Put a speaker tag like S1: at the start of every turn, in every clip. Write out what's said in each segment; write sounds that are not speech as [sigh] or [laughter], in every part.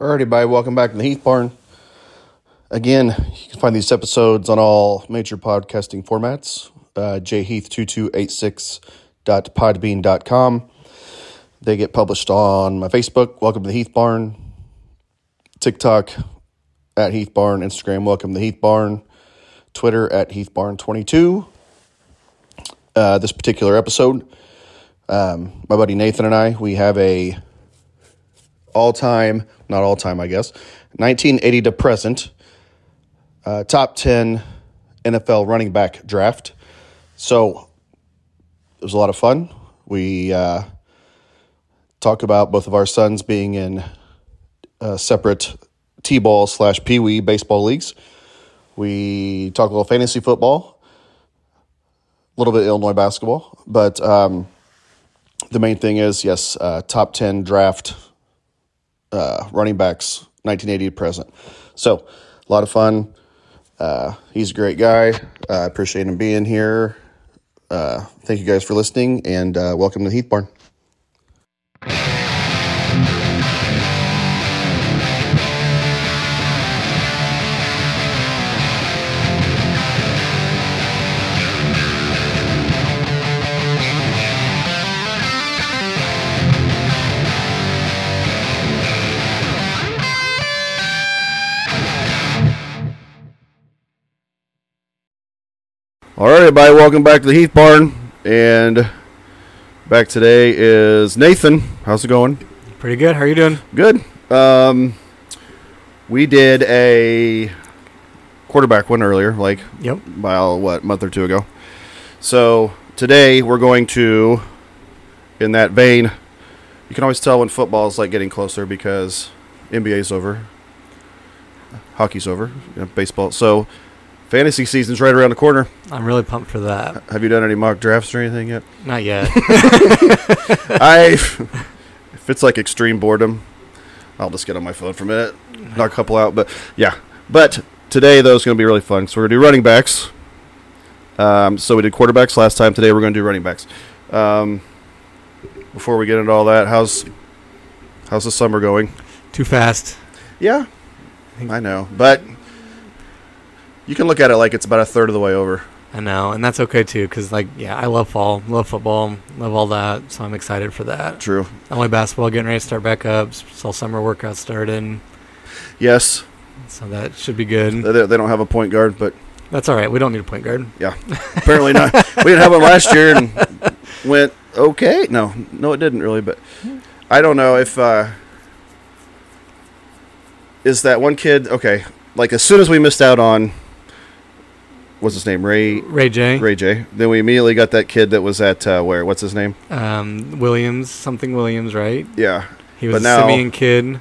S1: Alright, everybody, welcome back to the Heath Barn. Again, you can find these episodes on all major podcasting formats. Uh, jheath2286.podbean.com. They get published on my Facebook, Welcome to the Heath Barn, TikTok at Heath Barn, Instagram, Welcome to the Heath Barn, Twitter at Heath Barn 22. Uh, this particular episode, um, my buddy Nathan and I, we have a all time, not all time, I guess, 1980 to present, uh, top 10 NFL running back draft. So it was a lot of fun. We uh, talk about both of our sons being in uh, separate T ball slash Pee Wee baseball leagues. We talk a little fantasy football, a little bit Illinois basketball, but um, the main thing is yes, uh, top 10 draft uh, running backs, 1980 to present. So, a lot of fun. Uh, he's a great guy. Uh, I appreciate him being here. Uh, thank you guys for listening and uh, welcome to Heath Barn. All right, everybody, welcome back to the Heath Barn. And back today is Nathan. How's it going?
S2: Pretty good. How are you doing?
S1: Good. Um, we did a quarterback one earlier, like
S2: Yep.
S1: about what a month or two ago. So today we're going to, in that vein, you can always tell when football is like getting closer because NBA's over, hockey's over, you know, baseball. So fantasy season's right around the corner.
S2: I'm really pumped for [laughs] that.
S1: Have you done any mock drafts or anything yet?
S2: Not yet.
S1: I, [laughs] if it's like extreme boredom, I'll just get on my phone for a minute, knock a couple out. But yeah, but today though is going to be really fun. So we're gonna do running backs. Um, so we did quarterbacks last time. Today we're going to do running backs. Um, before we get into all that, how's how's the summer going?
S2: Too fast.
S1: Yeah,
S2: think-
S1: I know, but you can look at it like it's about a third of the way over.
S2: I know, and that's okay too, because like, yeah, I love fall, love football, love all that. So I'm excited for that.
S1: True.
S2: Only basketball getting ready to start back up. s- So summer workouts starting,
S1: Yes,
S2: so that should be good.
S1: they, they don't have a point guard, but
S2: That's all right. We don't need a point guard.
S1: Apparently not. we didn't have one last year and went okay. No, no, it didn't really. But I don't know if uh, is that one kid okay? Like as soon as we missed out on what's his name Ray
S2: Ray J,
S1: Ray J, then we immediately got that kid that was at uh, where? What's his name?
S2: Um, Williams, something Williams, right?
S1: Yeah,
S2: He
S1: But
S2: was a
S1: now-
S2: Simeon kid.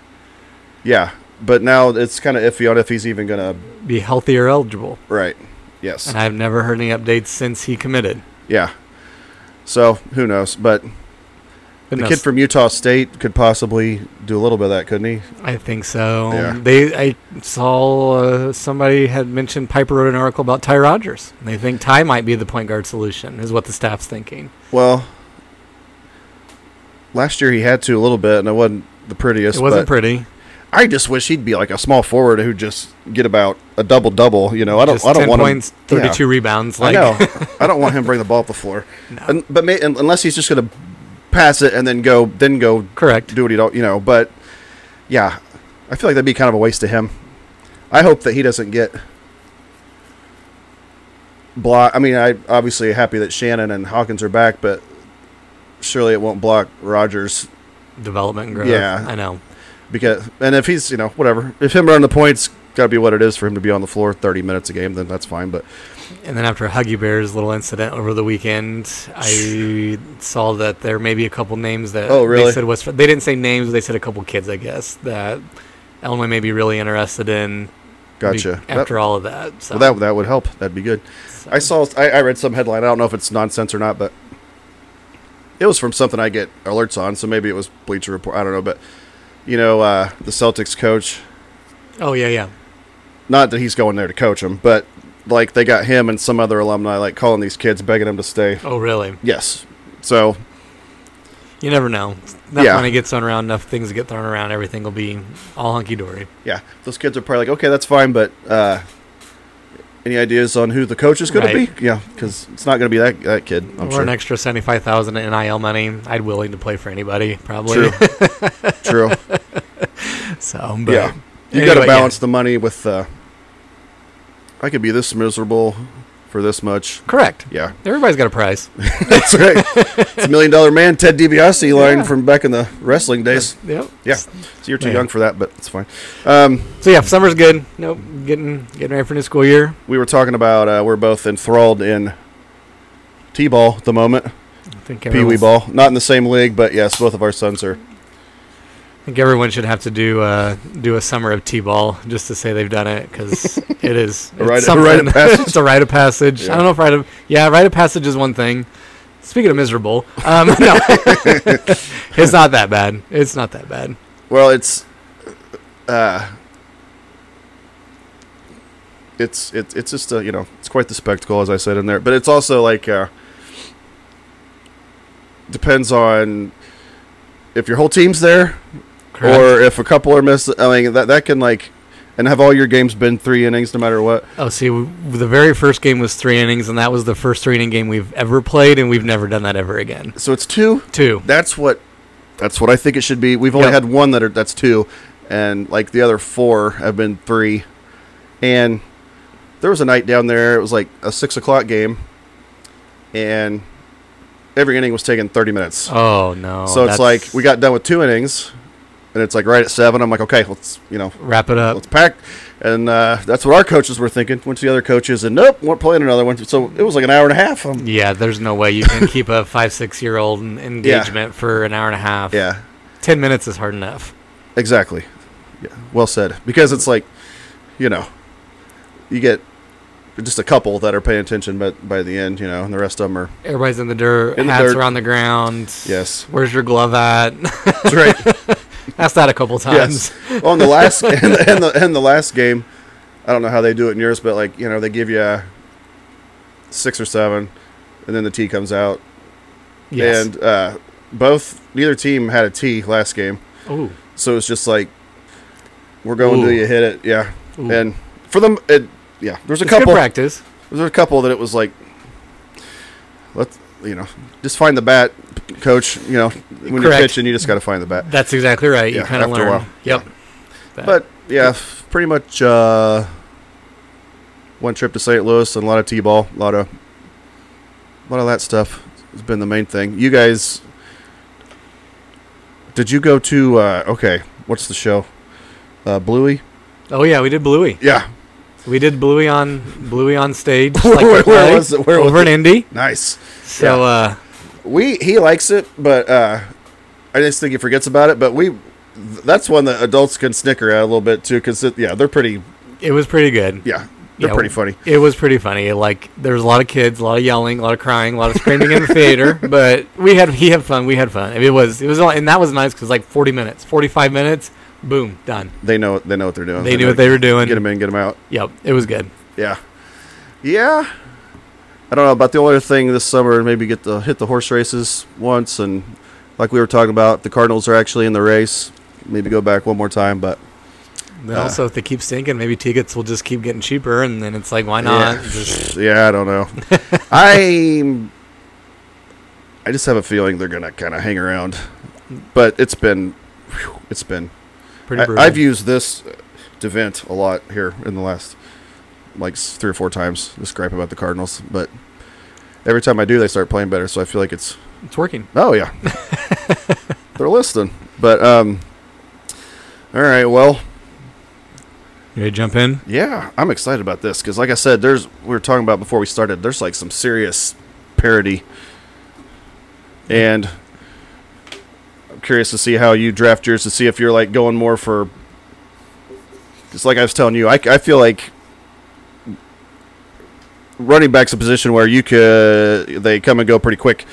S1: yeah. But now it's kind of iffy on if he's even gonna
S2: Be healthy or eligible,
S1: right. Yes,
S2: and I've never heard any updates since he committed.
S1: yeah. So who knows? But
S2: But
S1: the
S2: no,
S1: kid from Utah State could possibly do a little bit of that, couldn't he?
S2: I think so.
S1: Yeah.
S2: They, I saw uh, somebody had mentioned Piper wrote an article about Ty Rogers. They think Ty might be the point guard solution, is what the staff's thinking.
S1: Well, last year he had to a little bit, and it wasn't the prettiest.
S2: it wasn't
S1: but
S2: pretty.
S1: I just wish he'd be like a small forward who just get about a double double. You know, I don't.
S2: Just
S1: I don't
S2: ten
S1: want
S2: points,
S1: him. yeah.
S2: thirty-two rebounds. Like,
S1: I know. I don't want him bring the ball up the floor.
S2: [laughs] No.
S1: And, but may, un- unless he's just going to pass it and then go, then go
S2: correct.
S1: do what he don't. You know, but yeah, I feel like that'd be kind of a waste to him. I hope that he doesn't get. Block. I mean, I obviously happy that Shannon and Hawkins are back, but surely it won't block Rogers
S2: Development and growth.
S1: Yeah.
S2: I know.
S1: because and if he's you know whatever if him running the points got to be what it is for him to be on the floor 30 minutes a game then that's fine but
S2: And then after Huggy Bear's little incident over the weekend, I saw that there may be a couple names that
S1: Oh, really?
S2: they said was they didn't say names, but they said a couple kids, I guess that Illinois may be really interested in. be-
S1: gotcha That-
S2: After all of that, so
S1: well, that that would help that'd be good
S2: so-
S1: I saw I, I read some headline I don't know if it's nonsense or not but it was from something I get alerts on so maybe it was Bleacher Report I don't know but you know uh, the Celtics coach
S2: Oh yeah, yeah.
S1: not that he's going there to coach him but like they got him and some other alumni like calling these kids begging them to stay
S2: Oh really?
S1: yes so
S2: Oh, You never know. Enough
S1: Yeah.
S2: money gets thrown around, enough things get thrown around, everything will be all hunky dory.
S1: Yeah, those kids are probably like, okay, that's fine, but uh, any ideas on who the coach is going to
S2: Right.
S1: be? Yeah, because it's not going to be that that kid. I'm
S2: Or
S1: sure.
S2: an extra seventy five thousand in NIL money, I'd willing to play for anybody probably.
S1: True. True.
S2: [laughs] so, but
S1: yeah, you got to
S2: anyway, yeah.
S1: balance the money with. Uh, I could be this miserable for this much.
S2: Correct.
S1: Yeah, [laughs]
S2: Everybody's got a price.
S1: that's right. it's a million dollar man, Ted DiBiase line
S2: Yeah.
S1: from back in the wrestling days.
S2: yep.
S1: Yeah, so you're too
S2: Man.
S1: young for that, but it's fine. Um,
S2: So yeah, summer's good. Nope, getting getting ready for new school year.
S1: we were talking about uh, we're both enthralled in t-ball at the moment.
S2: I think
S1: Pee wee
S2: everyone's-
S1: ball. Not in the same league, but yes, both of our sons are.
S2: I think everyone should have to do uh, do a summer of t-ball just to say they've done it because
S1: [laughs]
S2: it is
S1: A rite-
S2: [laughs] it's
S1: a rite of
S2: something.
S1: passage?
S2: it's a rite of passage.
S1: Yeah.
S2: I don't know if rite of yeah rite of passage is one thing. Speaking of miserable, um, [laughs] no, it's not that bad. It's not that bad.
S1: Well, it's. Uh, it's it, it's just a, you know it's quite the spectacle as I said in there, but it's also like uh, depends on if your whole team's there or if a couple are missing. I mean that that can like and have all your games been three innings no matter what.
S2: oh, see, w- the very first game was three innings, and that was the first three inning game we've ever played, and we've never done that ever again.
S1: So it's two.
S2: Two.
S1: That's what that's what I think it should be. We've only
S2: Yep.
S1: had one that are that's two, and like the other four have been three. And there was a night down there. It was like a six o'clock game, and every inning was taking thirty minutes.
S2: Oh no.
S1: so it's
S2: that's-
S1: like we got done with two innings, and it's like right at seven. I'm like, okay, let's you know
S2: wrap it up.
S1: let's pack. And uh, that's what our coaches were thinking. Went to the other coaches, and nope, we're playing another one. So it was like an hour and a half. Um,
S2: Yeah, there's no way you
S1: [laughs]
S2: can keep a five, six year old en- engagement for an hour and a half.
S1: yeah,
S2: Ten minutes is hard enough.
S1: Exactly. Yeah. Well said. Because it's like, you know, you get just a couple that are paying attention, but by the end, you know, and the rest of them are
S2: Everybody's in the dirt,
S1: In the
S2: hats
S1: dirt.
S2: are on the ground.
S1: yes,
S2: Where's your glove at? [laughs]
S1: that's right.
S2: Ask that a couple times.
S1: yes. On the last and the, and the and the last game, I don't know how they do it in yours, but like you know, they give you a six or seven, and then the tee comes out,
S2: Yes.
S1: and uh, both neither team had a tee last game,
S2: Ooh.
S1: so it's just like we're going till
S2: Ooh.
S1: you hit it, yeah.
S2: Ooh.
S1: And for them, it yeah, there's a
S2: it's
S1: couple
S2: good practice.
S1: There's a couple that it was like, let's you know, just find the bat, coach. You know, when you're
S2: Correct.
S1: pitching, you just got to find the bat.
S2: That's exactly right.
S1: Yeah,
S2: you kind of
S1: after a
S2: learn.
S1: while.
S2: Yep. That-
S1: But yeah, f- pretty much uh, one trip to St. Louis and a lot of t-ball, a lot of, a lot of that stuff has been the main thing. You guys, did you go to? Uh, okay, what's the show? Uh, Bluey.
S2: oh yeah, we did Bluey.
S1: Yeah,
S2: We did Bluey on Bluey
S1: [laughs]
S2: on stage. like
S1: Where-
S2: we
S1: where
S2: play,
S1: was it? Where was
S2: over in Indy.
S1: nice.
S2: So
S1: Yeah.
S2: uh,
S1: We he likes it, but uh, I just think he forgets about it. But we th- that's one that adults can snicker at a little bit too, because yeah, they're pretty
S2: it was pretty good.
S1: yeah they're
S2: Yeah,
S1: pretty funny.
S2: It was pretty funny. Like there was a lot of kids, a lot of yelling, a lot of crying, a lot of screaming in the [laughs] theater. But we had he had fun. We had fun. I mean, it was it was all, and that was nice because like forty minutes, forty five minutes, boom, done.
S1: They know they know what they're doing.
S2: They knew what they were doing.
S1: get them in, get them out.
S2: Yep, it was good.
S1: Yeah, yeah. I don't know about the only other thing this summer. Maybe get the hit the horse races once, and like we were talking about, the Cardinals are actually in the race. Maybe go back one more time, but
S2: Then
S1: Uh,
S2: also, if they keep stinking, maybe tickets will just keep getting cheaper, and then it's like, why not?
S1: Yeah.
S2: Just-
S1: yeah, I don't
S2: [laughs]
S1: know. I I just have a feeling they're gonna kind of hang around, but it's been whew, it's been.
S2: pretty
S1: I,
S2: brutal.
S1: I've used this uh, to vent a lot here in the last like s- three or four times. This gripe about the Cardinals, but every time I do, they start playing better. So I feel like it's
S2: it's working.
S1: oh
S2: [laughs]
S1: yeah, they're listening. But um, all right, well.
S2: You ready to jump in?
S1: Yeah, I'm excited about this because, like I said, there's we were talking about before we started. There's like some serious parody, and I'm curious to see how you draft yours to see if you're like going more for. Just like I was telling you, I, I feel like running back's a position where you could they come and go pretty quick.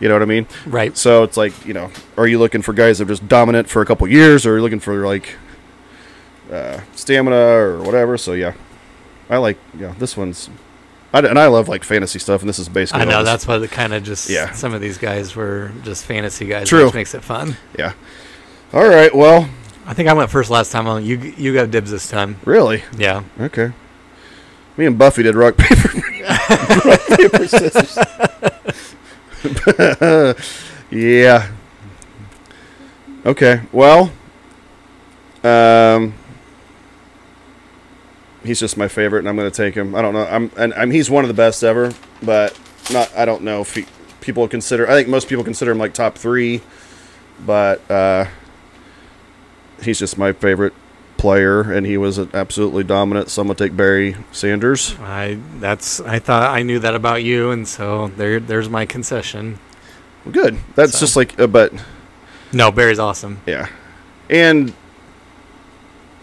S1: You know what I mean?
S2: Right.
S1: So it's like you know, are you looking for guys that are just dominant for a couple years, or are you looking for like uh, stamina or whatever? So yeah, I like yeah. This one's I, and I love like fantasy stuff, and this is basically.
S2: I
S1: all
S2: know
S1: this-
S2: that's what kind of just
S1: Yeah.
S2: some of these guys were just fantasy guys,
S1: True.
S2: which makes it fun.
S1: yeah. All right. Well,
S2: I think I went first last time. On you, you got dibs this time.
S1: really.
S2: Yeah,
S1: Okay. Me and Buffy did rock [laughs] paper rock paper scissors. [laughs] yeah. Okay. Well, um, he's just my favorite, and I'm going to take him. I don't know. I'm and I'm, he's one of the best ever, but not. I don't know if he, people consider. I think most people consider him like top three, but uh, he's just my favorite player, and he was absolutely dominant. Some would take Barry Sanders.
S2: I that's I thought I knew that about you, and so there there's my concession.
S1: Well, good. That's
S2: So-
S1: just like, uh, but
S2: No, Barry's awesome.
S1: yeah, and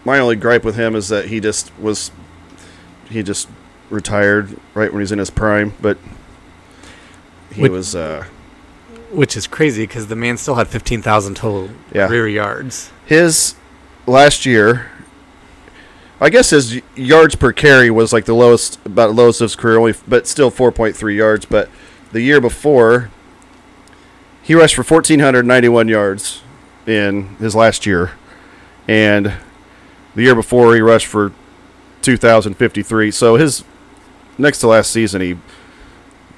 S1: my only gripe with him is that he just was, he just retired right when he's in his prime, but he
S2: Would-
S1: was, uh,
S2: Which is crazy because the man still had 15,000 total
S1: Yeah.
S2: career yards.
S1: his last year. I guess his y- yards per carry was like the lowest, about lowest of his career, only, but still four point three yards. But the year before, he rushed for fourteen hundred ninety one yards in his last year, and the year before he rushed for two thousand fifty three. So his next to last season, he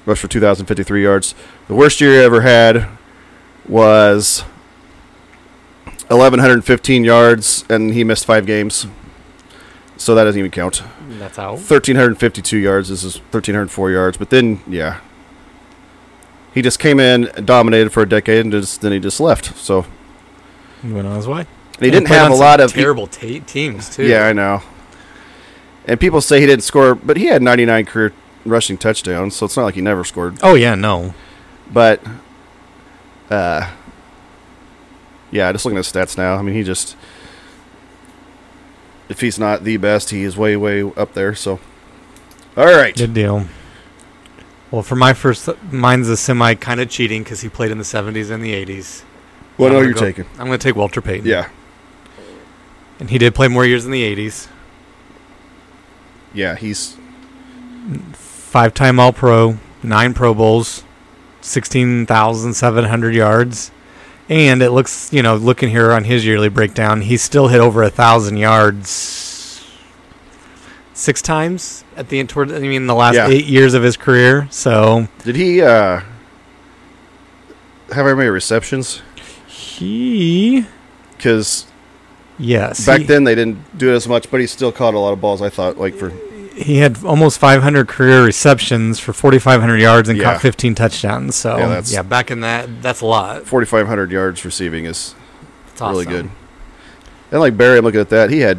S1: rushed for two thousand fifty three yards. The worst year he ever had was 1115 yards and he missed five games so that doesn't even count
S2: That's
S1: Oh.
S2: out.
S1: 1352 yards this is 1304 yards but then yeah he just came in dominated for a decade and just, then he just left so
S2: He went on his way.
S1: and he didn't have a lot of e-
S2: terrible ta teams too.
S1: yeah i know and people say he didn't score but he had 99 career rushing touchdowns so it's not like he never scored
S2: Oh yeah, no.
S1: But uh yeah, just looking at his stats now, I mean he just if he's not the best, he is way, way up there, so all right.
S2: Good deal. Well, for my first, mine's a semi kind of cheating because he played in the 70s and the 80s.
S1: What
S2: I'm
S1: are
S2: gonna
S1: you
S2: go-
S1: taking?
S2: I'm going to take Walter Payton.
S1: Yeah.
S2: And he did play more years in the 80s.
S1: Yeah, he's
S2: Five time All Pro, nine Pro Bowls, 16,700 yards. And it looks, you know, looking here on his yearly breakdown, he still hit over a 1,000 yards six times at the end, toward, I mean, the last
S1: Yeah.
S2: eight years of his career. So
S1: did he uh have very many receptions?
S2: he,
S1: Because
S2: yes.
S1: back
S2: he-
S1: then they didn't do it as much, but he still caught a lot of balls. I thought, like for
S2: he had almost 500 career receptions for 4,500 yards and
S1: Yeah.
S2: caught 15 touchdowns. So
S1: Yeah, that's-
S2: yeah, back in that, that's a lot.
S1: 4,500 yards receiving is
S2: It's awesome.
S1: really good. And like Barry, I'm looking at that. He had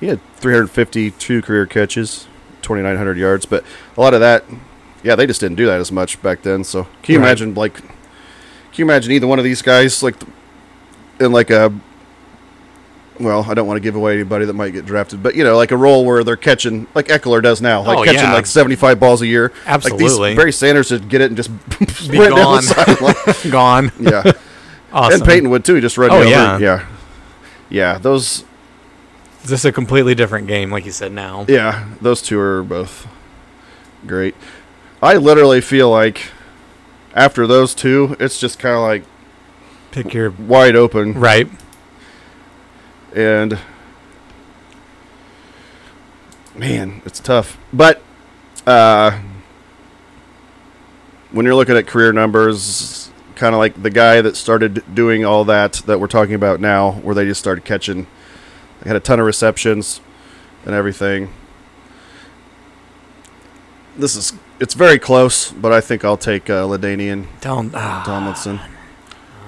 S1: he had 352 career catches, 2,900 yards, but a lot of that, yeah, they just didn't do that as much back then. So can you
S2: Right.
S1: imagine like, can you imagine either one of these guys like in like a well, I don't want to give away anybody that might get drafted, but you know, like a role where they're catching, like Eckler does now, like
S2: Oh,
S1: catching
S2: yeah.
S1: like seventy-five balls a year. Like
S2: Absolutely.
S1: these, Barry Sanders would get it and just [laughs] sprint down the
S2: gone. [laughs]
S1: sideline.
S2: Gone.
S1: yeah,
S2: Awesome.
S1: and Peyton would too. He just run
S2: Oh,
S1: over.
S2: yeah.
S1: yeah, yeah. Those,
S2: Just a completely different game, like you said now.
S1: yeah, those two are both great. I literally feel like after those two, it's just kind of like
S2: Pick your
S1: wide open,
S2: right.
S1: and man, it's tough. But uh, when you're looking at career numbers, kind of like the guy that started doing all that that we're talking about now, where they just started catching, they had a ton of receptions and everything. This is it's very close, but I think I'll take uh, Ladainian
S2: Don't. Ah,
S1: Tomlinson.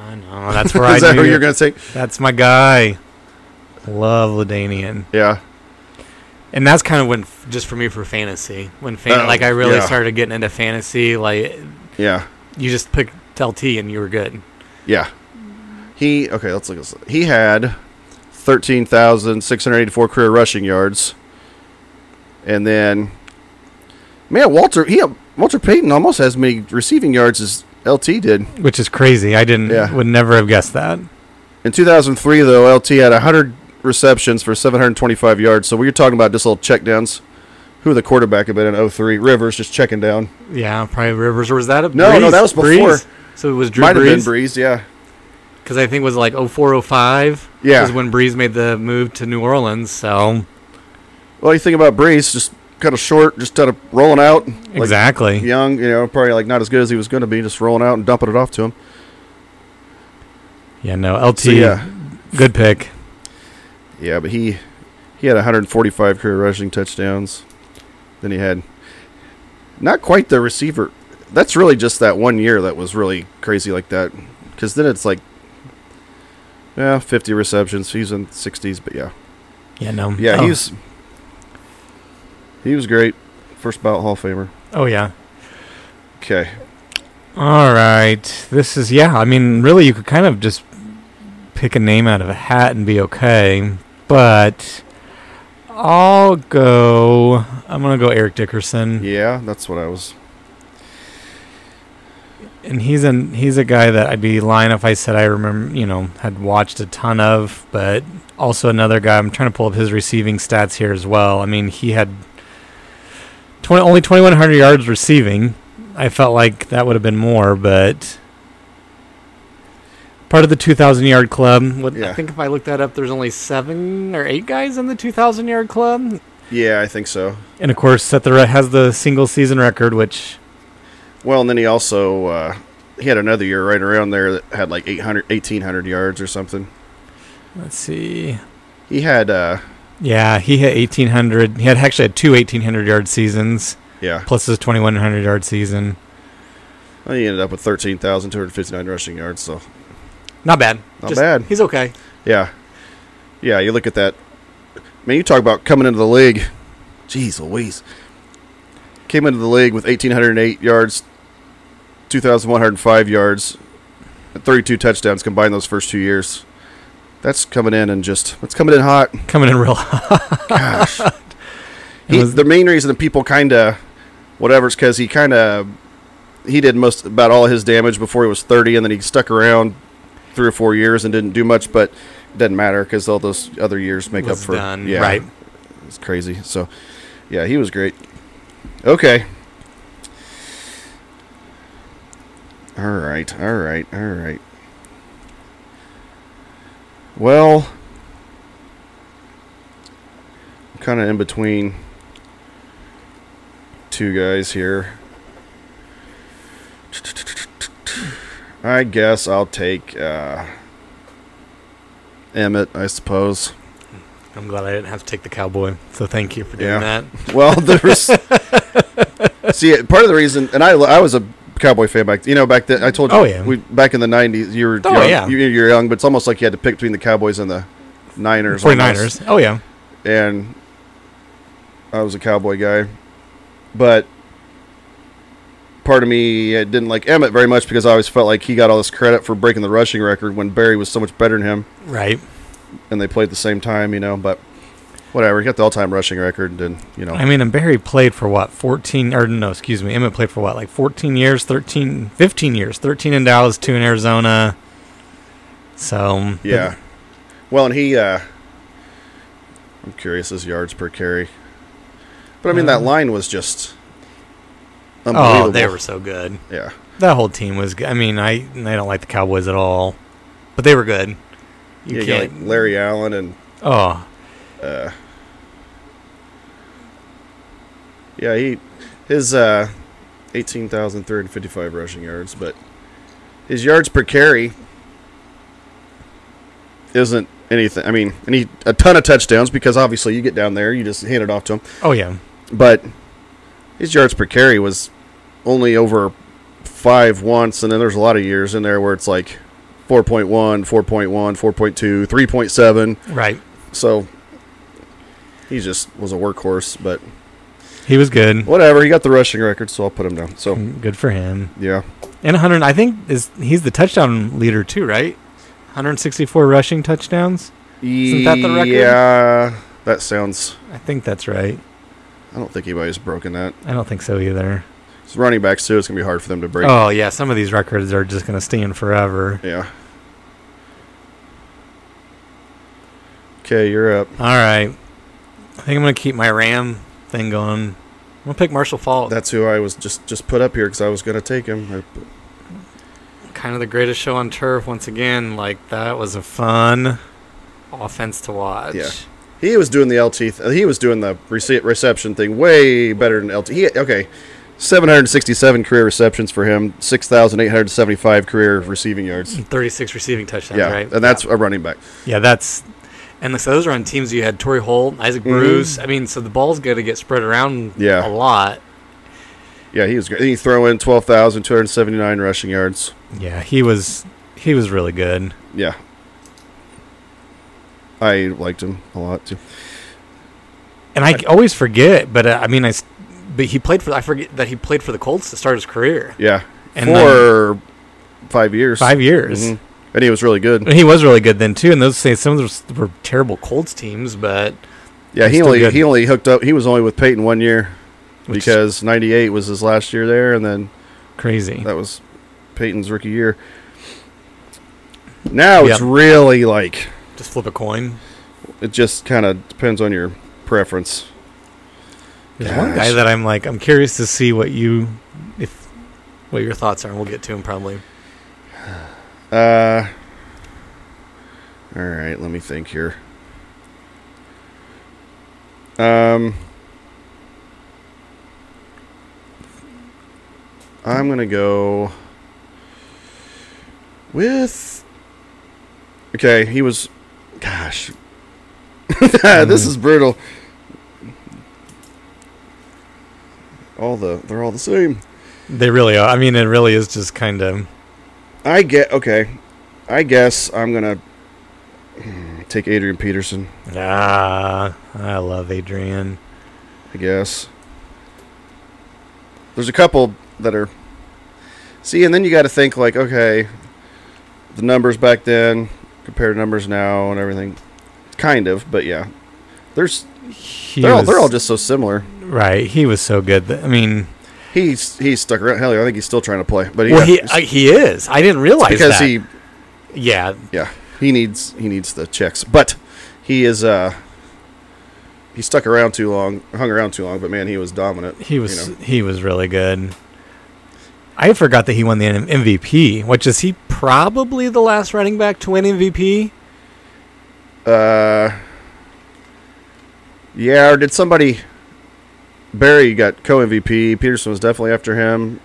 S2: I know. That's [laughs] where I
S1: is that
S2: knew
S1: who
S2: you-
S1: you're gonna take?
S2: That's my guy. Love Ladanian,
S1: Yeah,
S2: and that's kind of when, f- just for me, for fantasy, when fan,
S1: Oh,
S2: like I really
S1: yeah.
S2: started getting into fantasy. Like
S1: yeah.
S2: you just picked LT and you were good.
S1: Yeah. He okay, let's look at this. He had thirteen thousand six hundred eighty four career rushing yards. And then man, Walter he Walter Payton almost has as many receiving yards as LT did.
S2: Which is crazy. I didn't.
S1: Yeah.
S2: Would never have guessed that.
S1: In two thousand three though, LT had hundred receptions for seven hundred and twenty five yards. So we are talking about just little checkdowns. who the quarterback had been in 03. Rivers just checking down.
S2: Yeah, probably Rivers or was that a
S1: No, no,
S2: Brees?
S1: that was before.
S2: Brees? So it was Drew
S1: Might have been
S2: Brees
S1: Breeze, yeah.
S2: because I think it was like 0405
S1: Yeah.
S2: was when Breeze made the move to New Orleans. So
S1: Well, you think about Breeze, just kind of short, just kind of rolling out. like,
S2: exactly,
S1: Young, you know, probably like not as good as he was going to be, just rolling out and dumping it off to him.
S2: yeah, no LT,
S1: So, yeah.
S2: good pick.
S1: Yeah, but he he had 145 career rushing touchdowns. Then he had not quite the receiver. That's really just that one year that was really crazy like that. Because then it's like, yeah, 50 receptions. He's in 60s, but yeah,
S2: Yeah, no,
S1: yeah,
S2: oh.
S1: he's he was great. First bout Hall of Famer.
S2: oh yeah.
S1: Okay,
S2: All right, this is yeah. I mean, really, you could kind of just pick a name out of a hat and be okay, but. I'll go. I'm gonna go Eric Dickerson.
S1: yeah, that's what I was.
S2: and he's an he's a guy that I'd be lying if I said I remember you know had watched a ton of, but also another guy. I'm trying to pull up his receiving stats here as well. I mean, he had 20, only 2,100 yards receiving. I felt like that would have been more, but part of the 2,000 yard club. What,
S1: Yeah.
S2: I think if I look that up, there's only seven or eight guys in the 2,000 yard club,
S1: Yeah, I think so.
S2: and of course, set the re- has the single season record, which
S1: Well, and then he also uh, he had another year right around there that had like 800, 1800 yards or something.
S2: let's see.
S1: He had, uh,
S2: Yeah, he hit 1800. He had actually had two 1800 yard seasons
S1: yeah,
S2: plus his 2100 yard season.
S1: Well, he ended up with 13,259 rushing yards, so
S2: Not bad.
S1: Not bad.
S2: He's okay.
S1: yeah. Yeah, you look at that. Man, you talk about coming into the league. Jeez Louise. Came into the league with 1,808 yards, 2,105 yards, and 32 touchdowns combined those first two years. That's coming in and just, that's coming in hot.
S2: Coming in real hot. [laughs]
S1: Gosh.
S2: It
S1: he,
S2: was-
S1: the main reason that people kind of, whatever, is because he kind of, he did most about all his damage before he was 30, and then he stuck around three or four years and didn't do much, but it doesn't matter because all those other years make
S2: [laughs] was
S1: up for
S2: done.
S1: Yeah,
S2: Right.
S1: It's crazy. So, yeah, he was great. Okay. All right, all right, all right. Well, I'm kind of in between two guys here. I guess I'll take uh, Emmett, I suppose.
S2: I'm glad I didn't have to take the cowboy. So thank you for doing
S1: Yeah.
S2: that.
S1: Well, [laughs]
S2: [laughs]
S1: there's see part of the reason, and I I was a cowboy fan back you know back then. I told you,
S2: Oh, yeah.
S1: we back in the '90s. You were
S2: Oh,
S1: young,
S2: yeah.
S1: you, you're young, but it's almost like you had to pick between the Cowboys and the Niners.
S2: 49ers.
S1: almost.
S2: Oh yeah.
S1: and I was a cowboy guy, but part of me uh, didn't like Emmett very much because I always felt like he got all this credit for breaking the rushing record when Barry was so much better than him,
S2: Right.
S1: and they played at the same time, you know. But whatever, he got the all-time rushing record, and you know,
S2: I mean, and Barry played for what? 14 or no, excuse me. Emmett played for what? Like 14 years, 13, 15 years. 13 in Dallas, 2 in Arizona. So
S1: Yeah. Well, and he, uh, I'm curious his yards per carry, but I mean that
S2: Uh.
S1: line was just unbelievable.
S2: Oh, they were so good.
S1: yeah,
S2: That whole team was. Good. I mean, I I don't like the Cowboys at all, but they were good.
S1: you got like Larry Allen and
S2: Oh,
S1: uh, yeah, he his uh, eighteen thousand three hundred fifty-five rushing yards, but his yards per carry isn't anything. I mean, and he a ton of touchdowns because obviously you get down there, you just hand it off to him.
S2: oh yeah,
S1: but his yards per carry was only over five once and then there's a lot of years in there where it's like 4.1 4.1 4.2 3.7
S2: right.
S1: so he just was a workhorse but
S2: He was good.
S1: whatever he got the rushing record so i'll put him down so
S2: Good for him.
S1: yeah
S2: And 100. I think is he's the touchdown leader too, right? 164 rushing touchdowns. Isn't that the record?
S1: yeah that sounds
S2: I think that's right.
S1: i don't think anybody's broken that
S2: I don't think so either.
S1: it's running backs too it's gonna be hard for them to break
S2: Oh yeah, some of these records are just gonna stand forever.
S1: yeah okay you're up
S2: All right, I think I'm gonna keep my Ram thing going. I'm gonna pick Marshall Falk.
S1: That's who I was just just put up here because I was gonna take him. I-
S2: kind of the greatest show on turf once again. Like that was a fun offense to watch.
S1: Yeah. He was doing the LT. Th- he was doing the rece- reception thing way better than LT. He okay, seven hundred sixty-seven career receptions for him, six thousand eight hundred seventy-five career receiving yards.
S2: 36 receiving touchdowns,
S1: Yeah,
S2: right?
S1: and that's a running back.
S2: Yeah, that's and so those are on teams you had Torrey Holt, Isaac Bruce. I mean, so the ball's got to get spread around
S1: Mm-hmm. Yeah.
S2: a lot.
S1: Yeah, he was good. He throw in twelve thousand two hundred seventy-nine rushing yards.
S2: Yeah, he was he was really good.
S1: Yeah, I liked him a lot too.
S2: And I always forget, but uh, I mean I s- but he played for I forget that he played for the Colts to start his career.
S1: Yeah,
S2: And
S1: for five years.
S2: 5 years.
S1: Mhm. and he was really good.
S2: And he was really good then too, and those say some of those were terrible Colts teams, but
S1: Yeah, he
S2: Still
S1: only
S2: good.
S1: he only hooked up. He was only with Peyton one year
S2: which is
S1: because '98 was his last year there, and then
S2: crazy.
S1: That was Peyton's rookie year. Now it's
S2: Yeah.
S1: really like
S2: Just flip a coin.
S1: it just kind of depends on your preference.
S2: There's one
S1: Gosh.
S2: guy that I'm like I'm curious to see what you if what your thoughts are, and we'll get to him probably.
S1: Uh, all right, let me think here. Um, I'm gonna go with. Okay, he was. Gosh, [laughs] this is brutal. All the they're all the same.
S2: They really are. I mean, it really is just kind of
S1: I get okay. I guess I'm gonna hmm, take Adrian Peterson.
S2: ah. I love Adrian.
S1: I guess. There's a couple that are. See, and then you got to think like, okay, the numbers back then compared to numbers now and everything, kind of, but yeah, there's
S2: He
S1: they're all, they're
S2: was-
S1: all just so similar.
S2: right. He was so good. That, I mean,
S1: He's he's stuck around. Hell, I think he's still trying to play, but he,
S2: well, he I, he is. I didn't realize
S1: because
S2: that.
S1: he
S2: yeah,
S1: yeah he needs he needs the checks, but he is uh he stuck around too long, hung around too long, but man, he was dominant.
S2: he was
S1: know.
S2: he was really good. I forgot that he won the M- MVP, which is he probably the last running back to win MVP.
S1: Uh, yeah, or did somebody? Barry got co MVP. Peterson was definitely after him.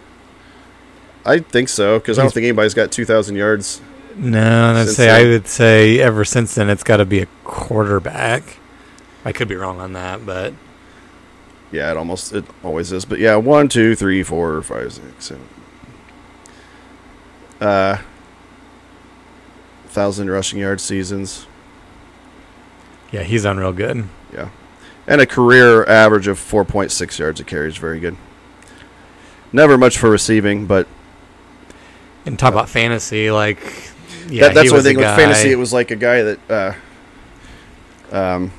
S1: I think so because I don't
S2: He's-
S1: think anybody's got two thousand yards.
S2: No, I'd
S1: Since
S2: say
S1: then.
S2: I would say ever since then it's got to be a quarterback. I could be wrong on that, but
S1: Yeah, it almost it always is. But yeah, one, two, three, four, five, six, seven. Uh, thousand rushing yard seasons.
S2: yeah, he's unreal good.
S1: Yeah, and a career average of four point six yards a carry is very good. Never much for receiving, but
S2: And talk about fantasy, like yeah,
S1: that, that's
S2: he
S1: one
S2: was a
S1: thing with
S2: guy-
S1: fantasy. It was like a guy that, uh, um,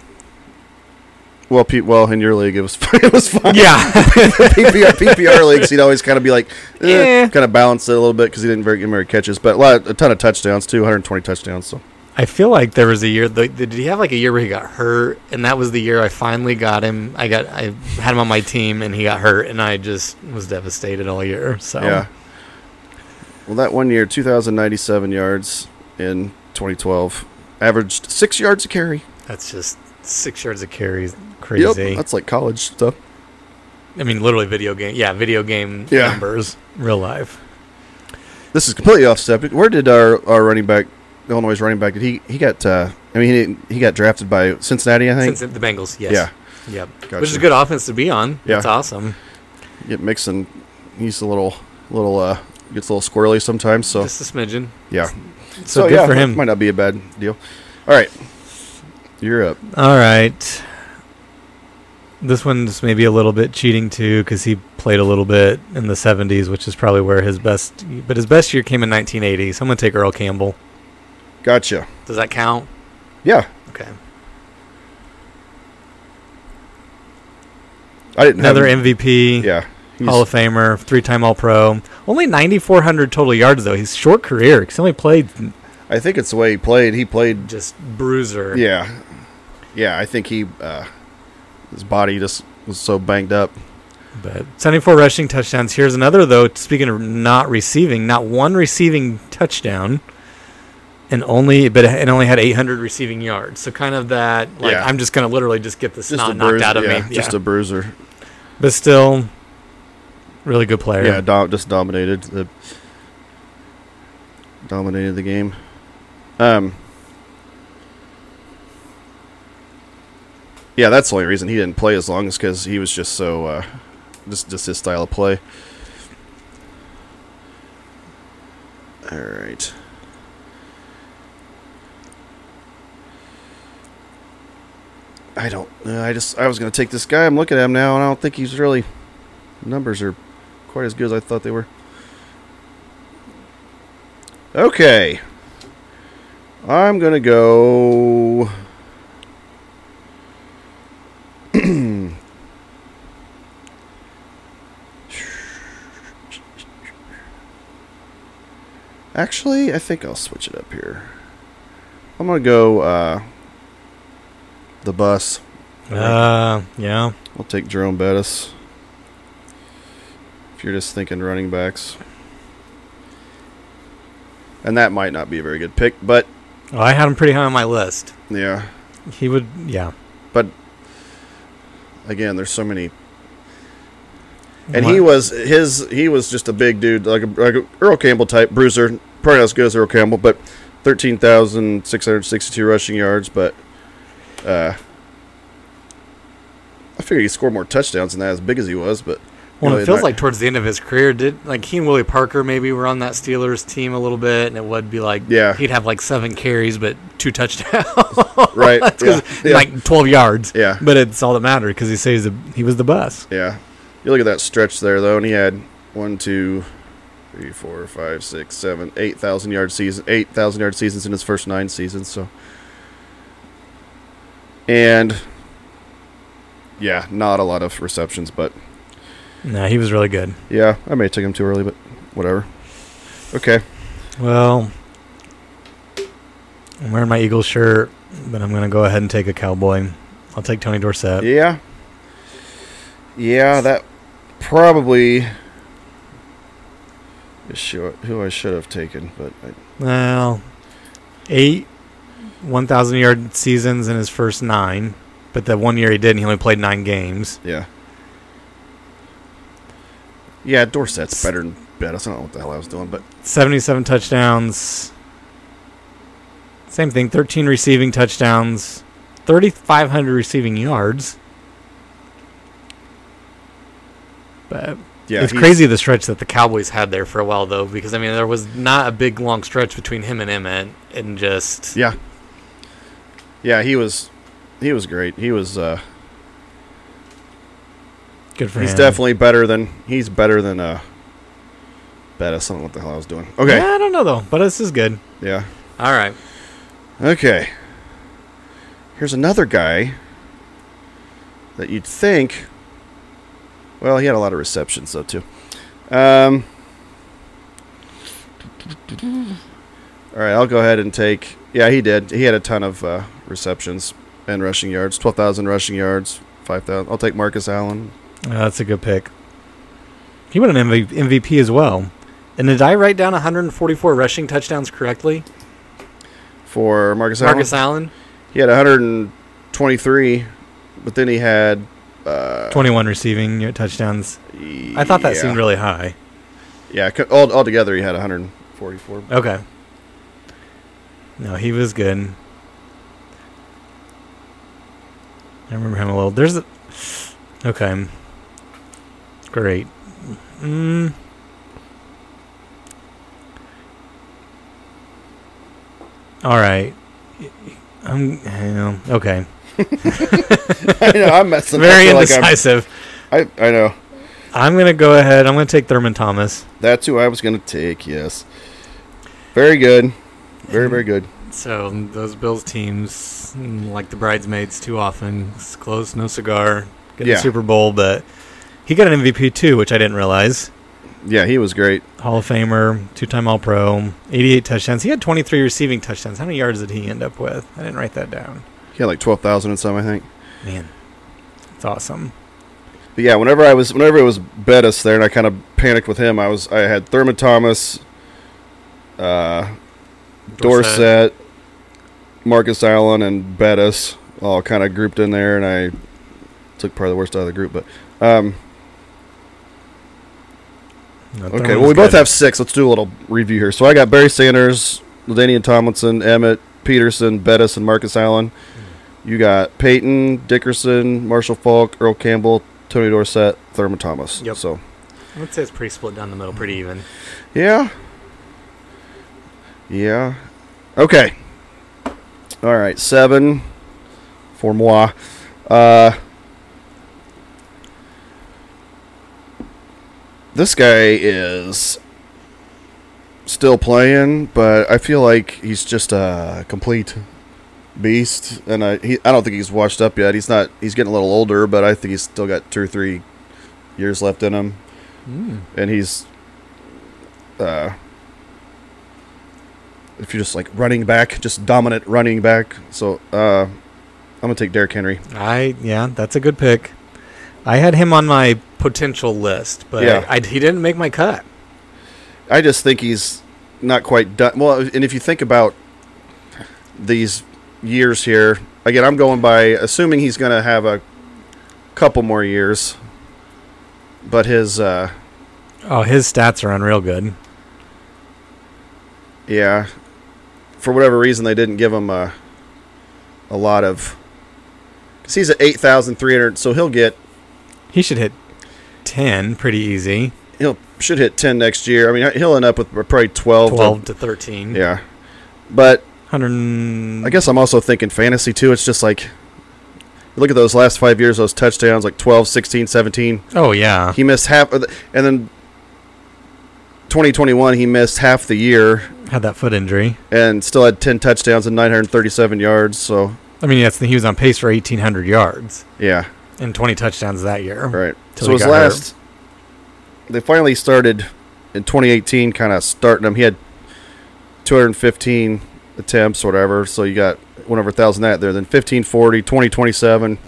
S1: well, Pete, well, in your league, it was [laughs] it was fine.
S2: [laughs] yeah,
S1: PPR, PPR leagues, he'd always kind of be like,
S2: Eh.
S1: kind of balance it a little bit because he didn't very, get very catches, but a lot, a ton of touchdowns too, 120 touchdowns. So
S2: I feel like there was a year. The, the, did he have like a year where he got hurt? And that was the year I finally got him. I got I had him on my team, and he got hurt, and I just was devastated all year. So
S1: yeah. Well, that one year, 2,097 yards in 2012, averaged six yards a carry.
S2: that's just six yards of carries,
S1: Yep,
S2: crazy.
S1: that's like college stuff.
S2: I mean, literally video game. Yeah, video game
S1: Yeah.
S2: numbers, real life.
S1: This is completely off subject. Where did our, our running back, Illinois running back, did he he got? Uh, I mean, he didn't- he got drafted by Cincinnati, I think.
S2: Since the Bengals, yes,
S1: Yeah,
S2: yep,
S1: Gotcha.
S2: which is a good offense to be on.
S1: Yeah.
S2: That's awesome.
S1: get Mixon. He's a little little uh gets a little squirrely sometimes. So
S2: Just a smidgen.
S1: yeah,
S2: So, good
S1: yeah,
S2: for him.
S1: Might not be a bad deal. All right, you're up.
S2: All right. This one's maybe a little bit cheating too, because he played a little bit in the '70s, which is probably where his best. But his best year came in 1980. So I'm gonna take Earl Campbell.
S1: Gotcha.
S2: Does that count?
S1: Yeah,
S2: Okay.
S1: I didn't
S2: Another
S1: have
S2: MVP,
S1: Yeah, he's-
S2: Hall of Famer, three-time All-Pro. Only 9,400 total yards though. His short career. 'cause he only played
S1: I think it's the way he played. He played.
S2: just bruiser.
S1: Yeah, yeah. I think he uh his body just was so banged up.
S2: But 74 rushing touchdowns. Here's another, though. Speaking of not receiving, not one receiving touchdown, and only but it only had 800 receiving yards. So kind of that, like
S1: Yeah.
S2: I'm just gonna literally just get this
S1: Just
S2: snot
S1: a
S2: knocked
S1: bruiser.
S2: out of
S1: yeah,
S2: me.
S1: Just
S2: yeah.
S1: a bruiser.
S2: but still, really good player.
S1: Yeah, dom- just dominated the dominated the game. Um. Yeah, that's the only reason he didn't play as long is because he was just so, uh, just just his style of play. All right. I don't. Uh, I just. I was gonna take this guy. I'm looking at him now, and I don't think he's really. Numbers are quite as good as I thought they were. Okay. I'm going to go. [clears throat] Actually, I think I'll switch it up here. I'm going to go uh, the bus.
S2: Uh, yeah.
S1: I'll take Jerome Bettis. If you're just thinking running backs. And that might not be a very good pick, but
S2: Well, Oh, I had him pretty high on my list.
S1: yeah.
S2: He would, yeah.
S1: Again, there's so many and he was his he was just a big dude, like a, like a Earl Campbell type bruiser, probably not as good as Earl Campbell, but thirteen thousand six hundred sixty-two rushing yards. But uh, I figured he scored more touchdowns than that, as big as he was. But
S2: Well,
S1: really
S2: it feels
S1: not-
S2: like towards the end of his career, did like he and Willie Parker maybe were on that Steelers team a little bit, and it would be like [laughs]
S1: Yeah.
S2: he'd have like seven carries but two touchdowns,
S1: right,
S2: That's 'cause-
S1: yeah, yeah,
S2: like twelve yards.
S1: yeah.
S2: But it's all that mattered because he says the, he was the bus.
S1: Yeah. You look at that stretch there, though, and he had one, two, three, four, five, six, seven, eight thousand yard season, eight thousand yard seasons in his first nine seasons. So, and yeah, not a lot of receptions, but
S2: No, he was really good.
S1: yeah, I may have took him too early, but whatever. Okay,
S2: Well, I'm wearing my Eagles shirt, but I'm gonna go ahead and take a cowboy. I'll take Tony Dorsett.
S1: yeah, yeah, that probably is sure- who I should have taken, but I,
S2: Well, eight 1,000 yard seasons in his first nine, but the one year he didn't, he only played nine games.
S1: Yeah. Yeah, Dorset's better than Bettis. I don't know what the hell I was doing, but
S2: 77 touchdowns. Same thing, 13 receiving touchdowns, 3,500 receiving yards. But
S1: yeah,
S2: it's
S1: he's-
S2: crazy the stretch that the Cowboys had there for a while, though, because, I mean, there was not a big, long stretch between him and Emmett, and just.
S1: Yeah, yeah, he was, he was great. He was. uh
S2: Good for
S1: He's
S2: him.
S1: definitely better than he's better than uh Bettis. I don't know what the hell I was doing. Okay,
S2: Yeah, I don't know, though, but this is good.
S1: yeah,
S2: All right.
S1: okay. Here's another guy that you'd think. Well, he had a lot of receptions though too. Um. All right, I'll go ahead and take. Yeah, he did. He had a ton of uh, receptions and rushing yards. Twelve thousand rushing yards. Five thousand. I'll take Marcus Allen.
S2: Oh, that's a good pick. He won an MV- MVP as well. And did I write down 144 rushing touchdowns correctly?
S1: For Marcus,
S2: Marcus Allen,
S1: Allen, he had 123, but then he had. Uh,
S2: 21 receiving y- touchdowns. I thought that
S1: yeah.
S2: seemed really high.
S1: Yeah, co- all altogether he had 144.
S2: Okay. No, he was good. I remember him a little. There's a. Okay. Great. Mm. All right. I'm. I know. Okay.
S1: [laughs] I know I'm messing. up. I
S2: Very
S1: feel like I'm-
S2: indecisive.
S1: I I know
S2: I'm going to go ahead. I'm going to take Thurman Thomas.
S1: that's who I was gonna take. Yes, very good, very very good.
S2: So those Bills teams, mm, like the bridesmaids, too often it's close, no cigar, get
S1: Yeah.
S2: the Super Bowl, but he got an MVP too, which I didn't realize.
S1: Yeah, he was great.
S2: Hall of Famer, two-time All-Pro, 88 touchdowns. He had 23 receiving touchdowns. How many yards did he end up with? I didn't write that down.
S1: He had like twelve thousand and some, I think.
S2: Man, it's awesome.
S1: But yeah, whenever I was whenever it was Bettis there, and I kind of panicked with him. I was I had Thurman Thomas, uh, Dorset, Marcus Allen, and Bettis all kind of grouped in there, and I took probably the worst out of the group. But um,
S3: No, that one
S1: okay, well we
S3: was
S1: both
S3: good.
S1: have six. Let's do a little review here. So I got Barry Sanders, Ladanian Tomlinson, Emmett Peterson, Bettis, and Marcus Allen. You got Peyton Dickerson, Marshall Falk, Earl Campbell, Tony Dorsett, Thurman Thomas.
S3: Yep.
S1: So
S2: I would say it's pretty split down the middle, pretty even.
S1: Yeah. Yeah. Okay. All right. Seven for moi. Uh, this guy is still playing, but I feel like he's just a complete beast, and I he, I don't think he's washed up yet. He's not. He's getting a little older, but I think he's still got two or three years left in him
S2: Hmm.
S3: Mm.
S1: and he's uh if you're just like running back, just dominant running back. So uh I'm gonna take Derrick Henry.
S3: I yeah, that's a good pick. I had him on my potential list, but
S1: Yeah.
S3: I, he didn't make my cut.
S1: I just think he's not quite done. Well, and if you think about these years here, again, I'm going by assuming he's going to have a couple more years, but his uh,
S3: Oh, his stats are unreal good.
S1: Yeah. For whatever reason, they didn't give him a, a lot of. Because he's at 8,300, so he'll get.
S3: He should hit ten pretty easy.
S1: He'll should hit 10 next year. I mean, he'll end up with probably 12. to-
S3: Twelve to thirteen.
S1: yeah. But
S3: Hundred
S1: I guess I'm also thinking fantasy, too. It's just like. Look at those last five years, those touchdowns, like 12, 16, 17.
S3: Oh yeah.
S1: He missed half. Of the, and then 2021, he missed half the year
S3: had that foot injury.
S1: and still had 10 touchdowns and 937 yards. So,
S3: I mean, yes, he was on pace for 1,800 yards
S1: yeah.
S3: and 20 touchdowns that year.
S1: Right.
S3: Till
S1: so
S3: he
S1: his
S3: got
S1: last, they finally started in 2018, kind of starting him. He had 215 attempts, whatever. So you got one over a thousand that there. Then 1540, 2027.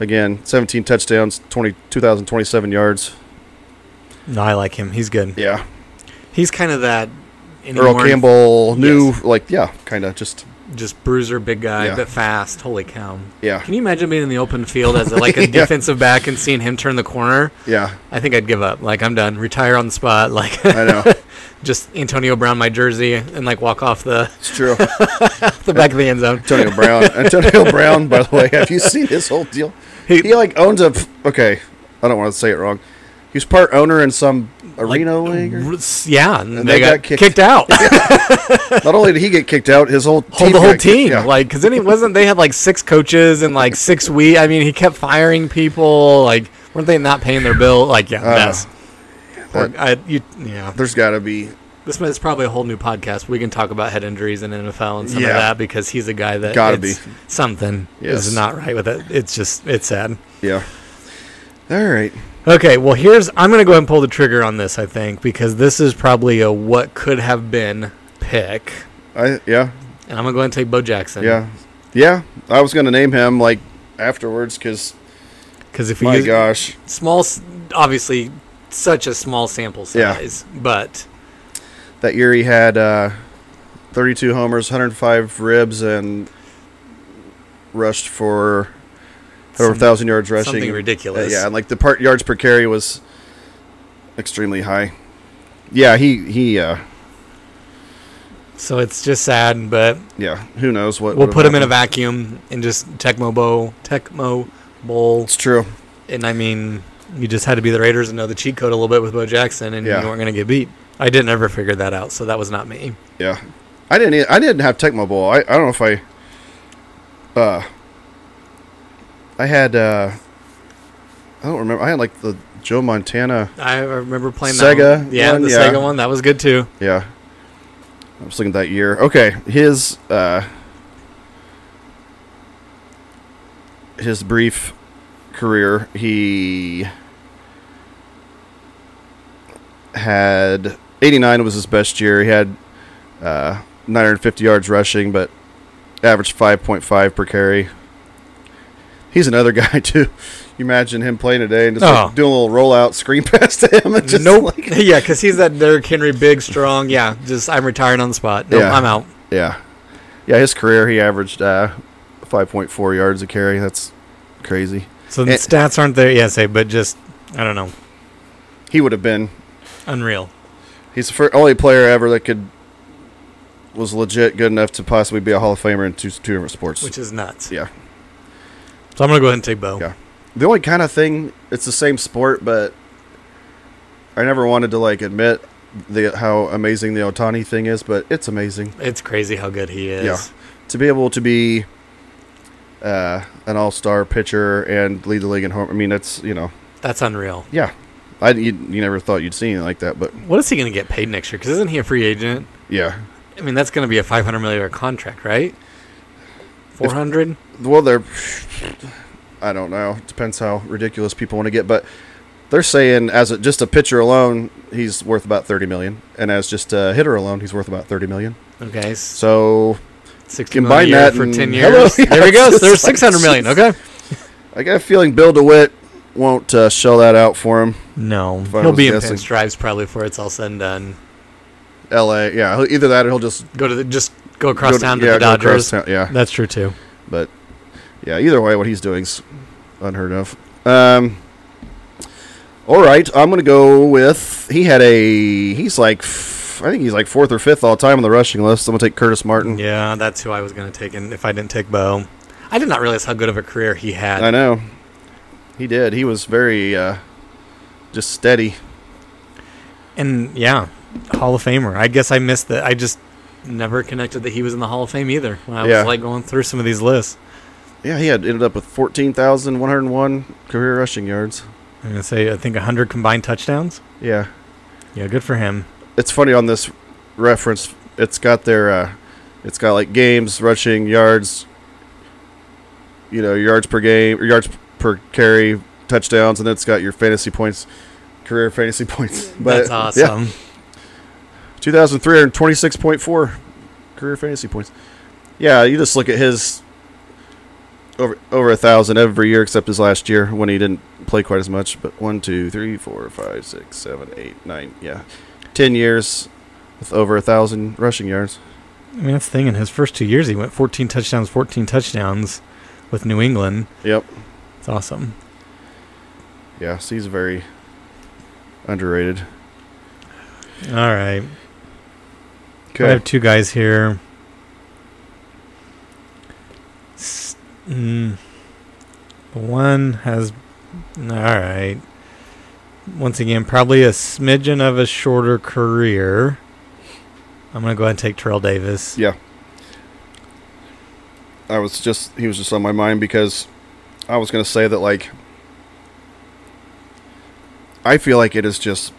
S1: Again, 17 touchdowns, 20, 2,027 yards.
S3: No, I like him. He's good.
S1: Yeah.
S2: He's kind of that
S1: Earl
S2: anymore,
S1: Campbell, new, like, yeah, kind of just,
S2: just bruiser, big guy,
S1: Yeah.
S2: but fast. Holy cow!
S1: yeah,
S2: Can you imagine being in the open field as like
S3: [laughs]
S2: a
S1: Yeah.
S2: defensive back and seeing him turn the corner?
S1: yeah,
S2: I think I'd give up. Like I'm done. Retire on the spot. Like [laughs]
S1: I know.
S2: just Antonio Brown my jersey and like walk off the
S1: [laughs] It's true.
S2: the back of the end zone.
S1: Antonio
S2: [laughs]
S1: Brown. Antonio Brown, by the way, have you seen his whole deal?
S3: He-
S1: He, like owns a. Okay, I don't want to say it wrong. He's part owner in some arena league. or-
S2: [laughs] R- s- Yeah, and,
S1: And
S2: they, got, kicked, out.
S1: Not only did he get kicked out, his whole
S2: Whole,
S1: team
S2: Oh, the whole
S1: got kicked-
S2: team,
S1: yeah.
S2: like, because then he wasn't. They had like six coaches and like six we. I mean, he kept firing people. Like, weren't they not paying their bill? Like, yeah,
S1: Uh,
S2: mess. Or,
S1: that-
S2: I, you, yeah,
S1: there's got to be.
S2: this is probably a whole new podcast. We can talk about head injuries in NFL and some of
S1: Yeah.
S2: that because he's a guy that
S1: Gotta
S2: it's-
S1: be.
S2: something
S1: Yes.
S2: is not right with it. It's just it's sad.
S1: Yeah. All right.
S2: Okay, well here's I'm gonna go ahead and pull the trigger on this, I think, because this is probably a what could have been pick.
S1: I yeah
S2: And I'm gonna go ahead and take Bo Jackson.
S1: yeah yeah. I was gonna name him like afterwards because
S2: Because if we
S1: my
S2: use
S1: gosh,
S2: small, s- obviously such a small sample
S1: Yeah.
S2: size, but
S1: that year he had uh, 32 homers, 105 ribs, and rushed for over a
S2: some-
S1: thousand yards rushing.
S2: something
S1: and- Uh,
S2: ridiculous.
S1: yeah, and like the part yards per carry was extremely high. Yeah, he he uh
S2: So it's just sad, but
S1: yeah, who knows what
S2: we'll
S1: would've
S2: put him in a
S1: happened.
S2: vacuum and just Tecmo Bowl, Tecmo Bowl.
S1: It's true.
S2: And I mean, you just had to be the Raiders and know the cheat code a little bit with Bo Jackson, and
S1: Yeah.
S2: you weren't going to get beat. I didn't ever figure that out, so that was not me.
S1: Yeah. I didn't e- I didn't have Tecmo Bowl. I, I don't know if I uh I had uh I don't remember. I had like the Joe Montana.
S2: I remember playing
S1: Sega
S2: that one. Yeah,
S1: one,
S2: the
S1: yeah.
S2: Sega one. That was good too.
S1: Yeah. I was looking at that year. Okay, his uh his brief career, he had 89 was his best year. He had uh 950 yards rushing, but averaged 5.5 per carry. He's another [laughs] guy too. You imagine him playing today and just
S2: Oh.
S1: like doing a little rollout screen [laughs] pass to him and [laughs] just
S4: nope.
S2: [laughs]
S1: like
S4: yeah, because he's that Derrick Henry, big, strong. Yeah, just I'm retiring on the spot. No,
S1: Yeah.
S4: I'm out.
S1: Yeah. Yeah, his career he averaged uh, five point four yards a carry. That's crazy.
S2: So the
S1: It-
S2: stats aren't there, yes, eh, but just I don't know,
S1: He would have been
S2: unreal.
S1: he's the fir- only player ever that could was legit good enough to possibly be a Hall of Famer in two two different sports.
S4: Which is nuts.
S1: yeah.
S2: So I'm gonna go ahead and take Bo.
S1: Yeah. The only kind of thing it's the same sport, but I never wanted to like admit the how amazing the Otani thing is, but it's amazing.
S4: It's crazy how good he is.
S1: Yeah. to be able to be uh, an all-star pitcher and lead the league in home. I mean, that's you know,
S4: That's unreal.
S1: yeah. I you, you never thought you'd see anything like that, but
S4: What is he going to get paid next year? Because isn't he a free agent?
S1: yeah.
S4: I mean, that's going to be a five hundred million dollar contract, right? Four hundred.
S1: Well, they're I don't know. Depends how ridiculous people want to get, but they're saying as a, just a pitcher alone, he's worth about thirty million, and as just a hitter alone, he's worth about thirty million.
S4: Okay, s-
S1: So
S4: sixty
S1: combine
S4: million a year
S1: that
S4: for
S1: and- [laughs]
S4: ten
S1: Hello,
S4: years.
S1: yeah,
S4: there we go.
S1: it's
S4: So there's
S1: just like-
S4: six hundred million. Okay.
S1: I got a feeling Bill DeWitt won't uh, shell that out for him.
S2: No,
S1: I
S2: he'll
S1: was
S2: be in.
S1: guessing.
S2: Penn.
S4: Strives probably before it's all said and done.
S1: L.A. Yeah, he'll- either that or he'll just
S4: Go to the, just go across
S1: go to-
S4: town to
S1: yeah,
S4: the
S1: go
S4: Dodgers.
S1: across town, yeah,
S2: That's true too.
S1: But yeah, either way, what he's doing's unheard of. Um, all right, I'm gonna go with he had a he's like f- I think he's like fourth or fifth all time on the rushing list. I'm gonna take Curtis Martin.
S2: Yeah,
S4: That's who I was going to take, and if I didn't take Bo, I did not realize how good of a career he had.
S1: I know he did. He was very uh, just steady.
S2: and yeah, Hall of Famer. I guess I missed that. I just
S4: Never connected that he was in the Hall of Fame either. When I
S1: Yeah.
S4: was like going through
S2: threw some of these lists.
S1: Yeah, he had ended up with 14,101 career rushing yards.
S2: I'm gonna say I think 100 combined touchdowns.
S1: Yeah,
S2: Yeah, good for him.
S1: it's funny on this reference. It's got their, uh, it's got like games, rushing yards, you know, yards per game, or yards per carry, touchdowns, and then it's got your fantasy points, career fantasy [laughs] points.
S4: Mm. that's awesome.
S1: Yeah, two thousand three hundred twenty-six point four career fantasy points. Yeah, you just look at his over over a thousand every year except his last year when he didn't play quite as much. But one, two, three, four, five, six, seven, eight, nine. Yeah, ten years with over a thousand rushing yards.
S2: I mean, that's the thing. In his first two years, he went 14 touchdowns, 14 touchdowns with New England.
S1: Yep.
S2: It's awesome.
S1: Yeah, so he's very underrated.
S2: All right. I
S1: Okay.
S2: have two guys here. S- mm, one has. All right. Once again, probably a smidgen of a shorter career. I'm going to go ahead and take Terrell Davis.
S1: Yeah. I was just he was just on my mind because I was gonna say that like I feel like it is just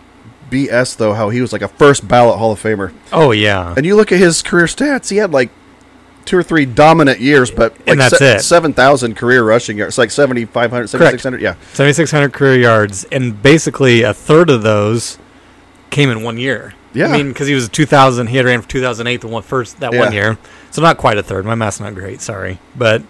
S1: BS though how he was like a first ballot Hall of Famer.
S2: Oh, yeah.
S1: And you look at his career stats, he had like two or three dominant years, but like
S2: And that's it.
S1: seven thousand career rushing yards, like 7,500,
S2: Correct.
S1: 7,600. Yeah,
S2: 7,600 career yards, and basically a third of those came in one year.
S1: Yeah.
S2: I mean, because he was 2000, he had ran for 2008 the one first that one
S1: Yeah.
S2: year, so not quite a third. My math's not great, sorry, but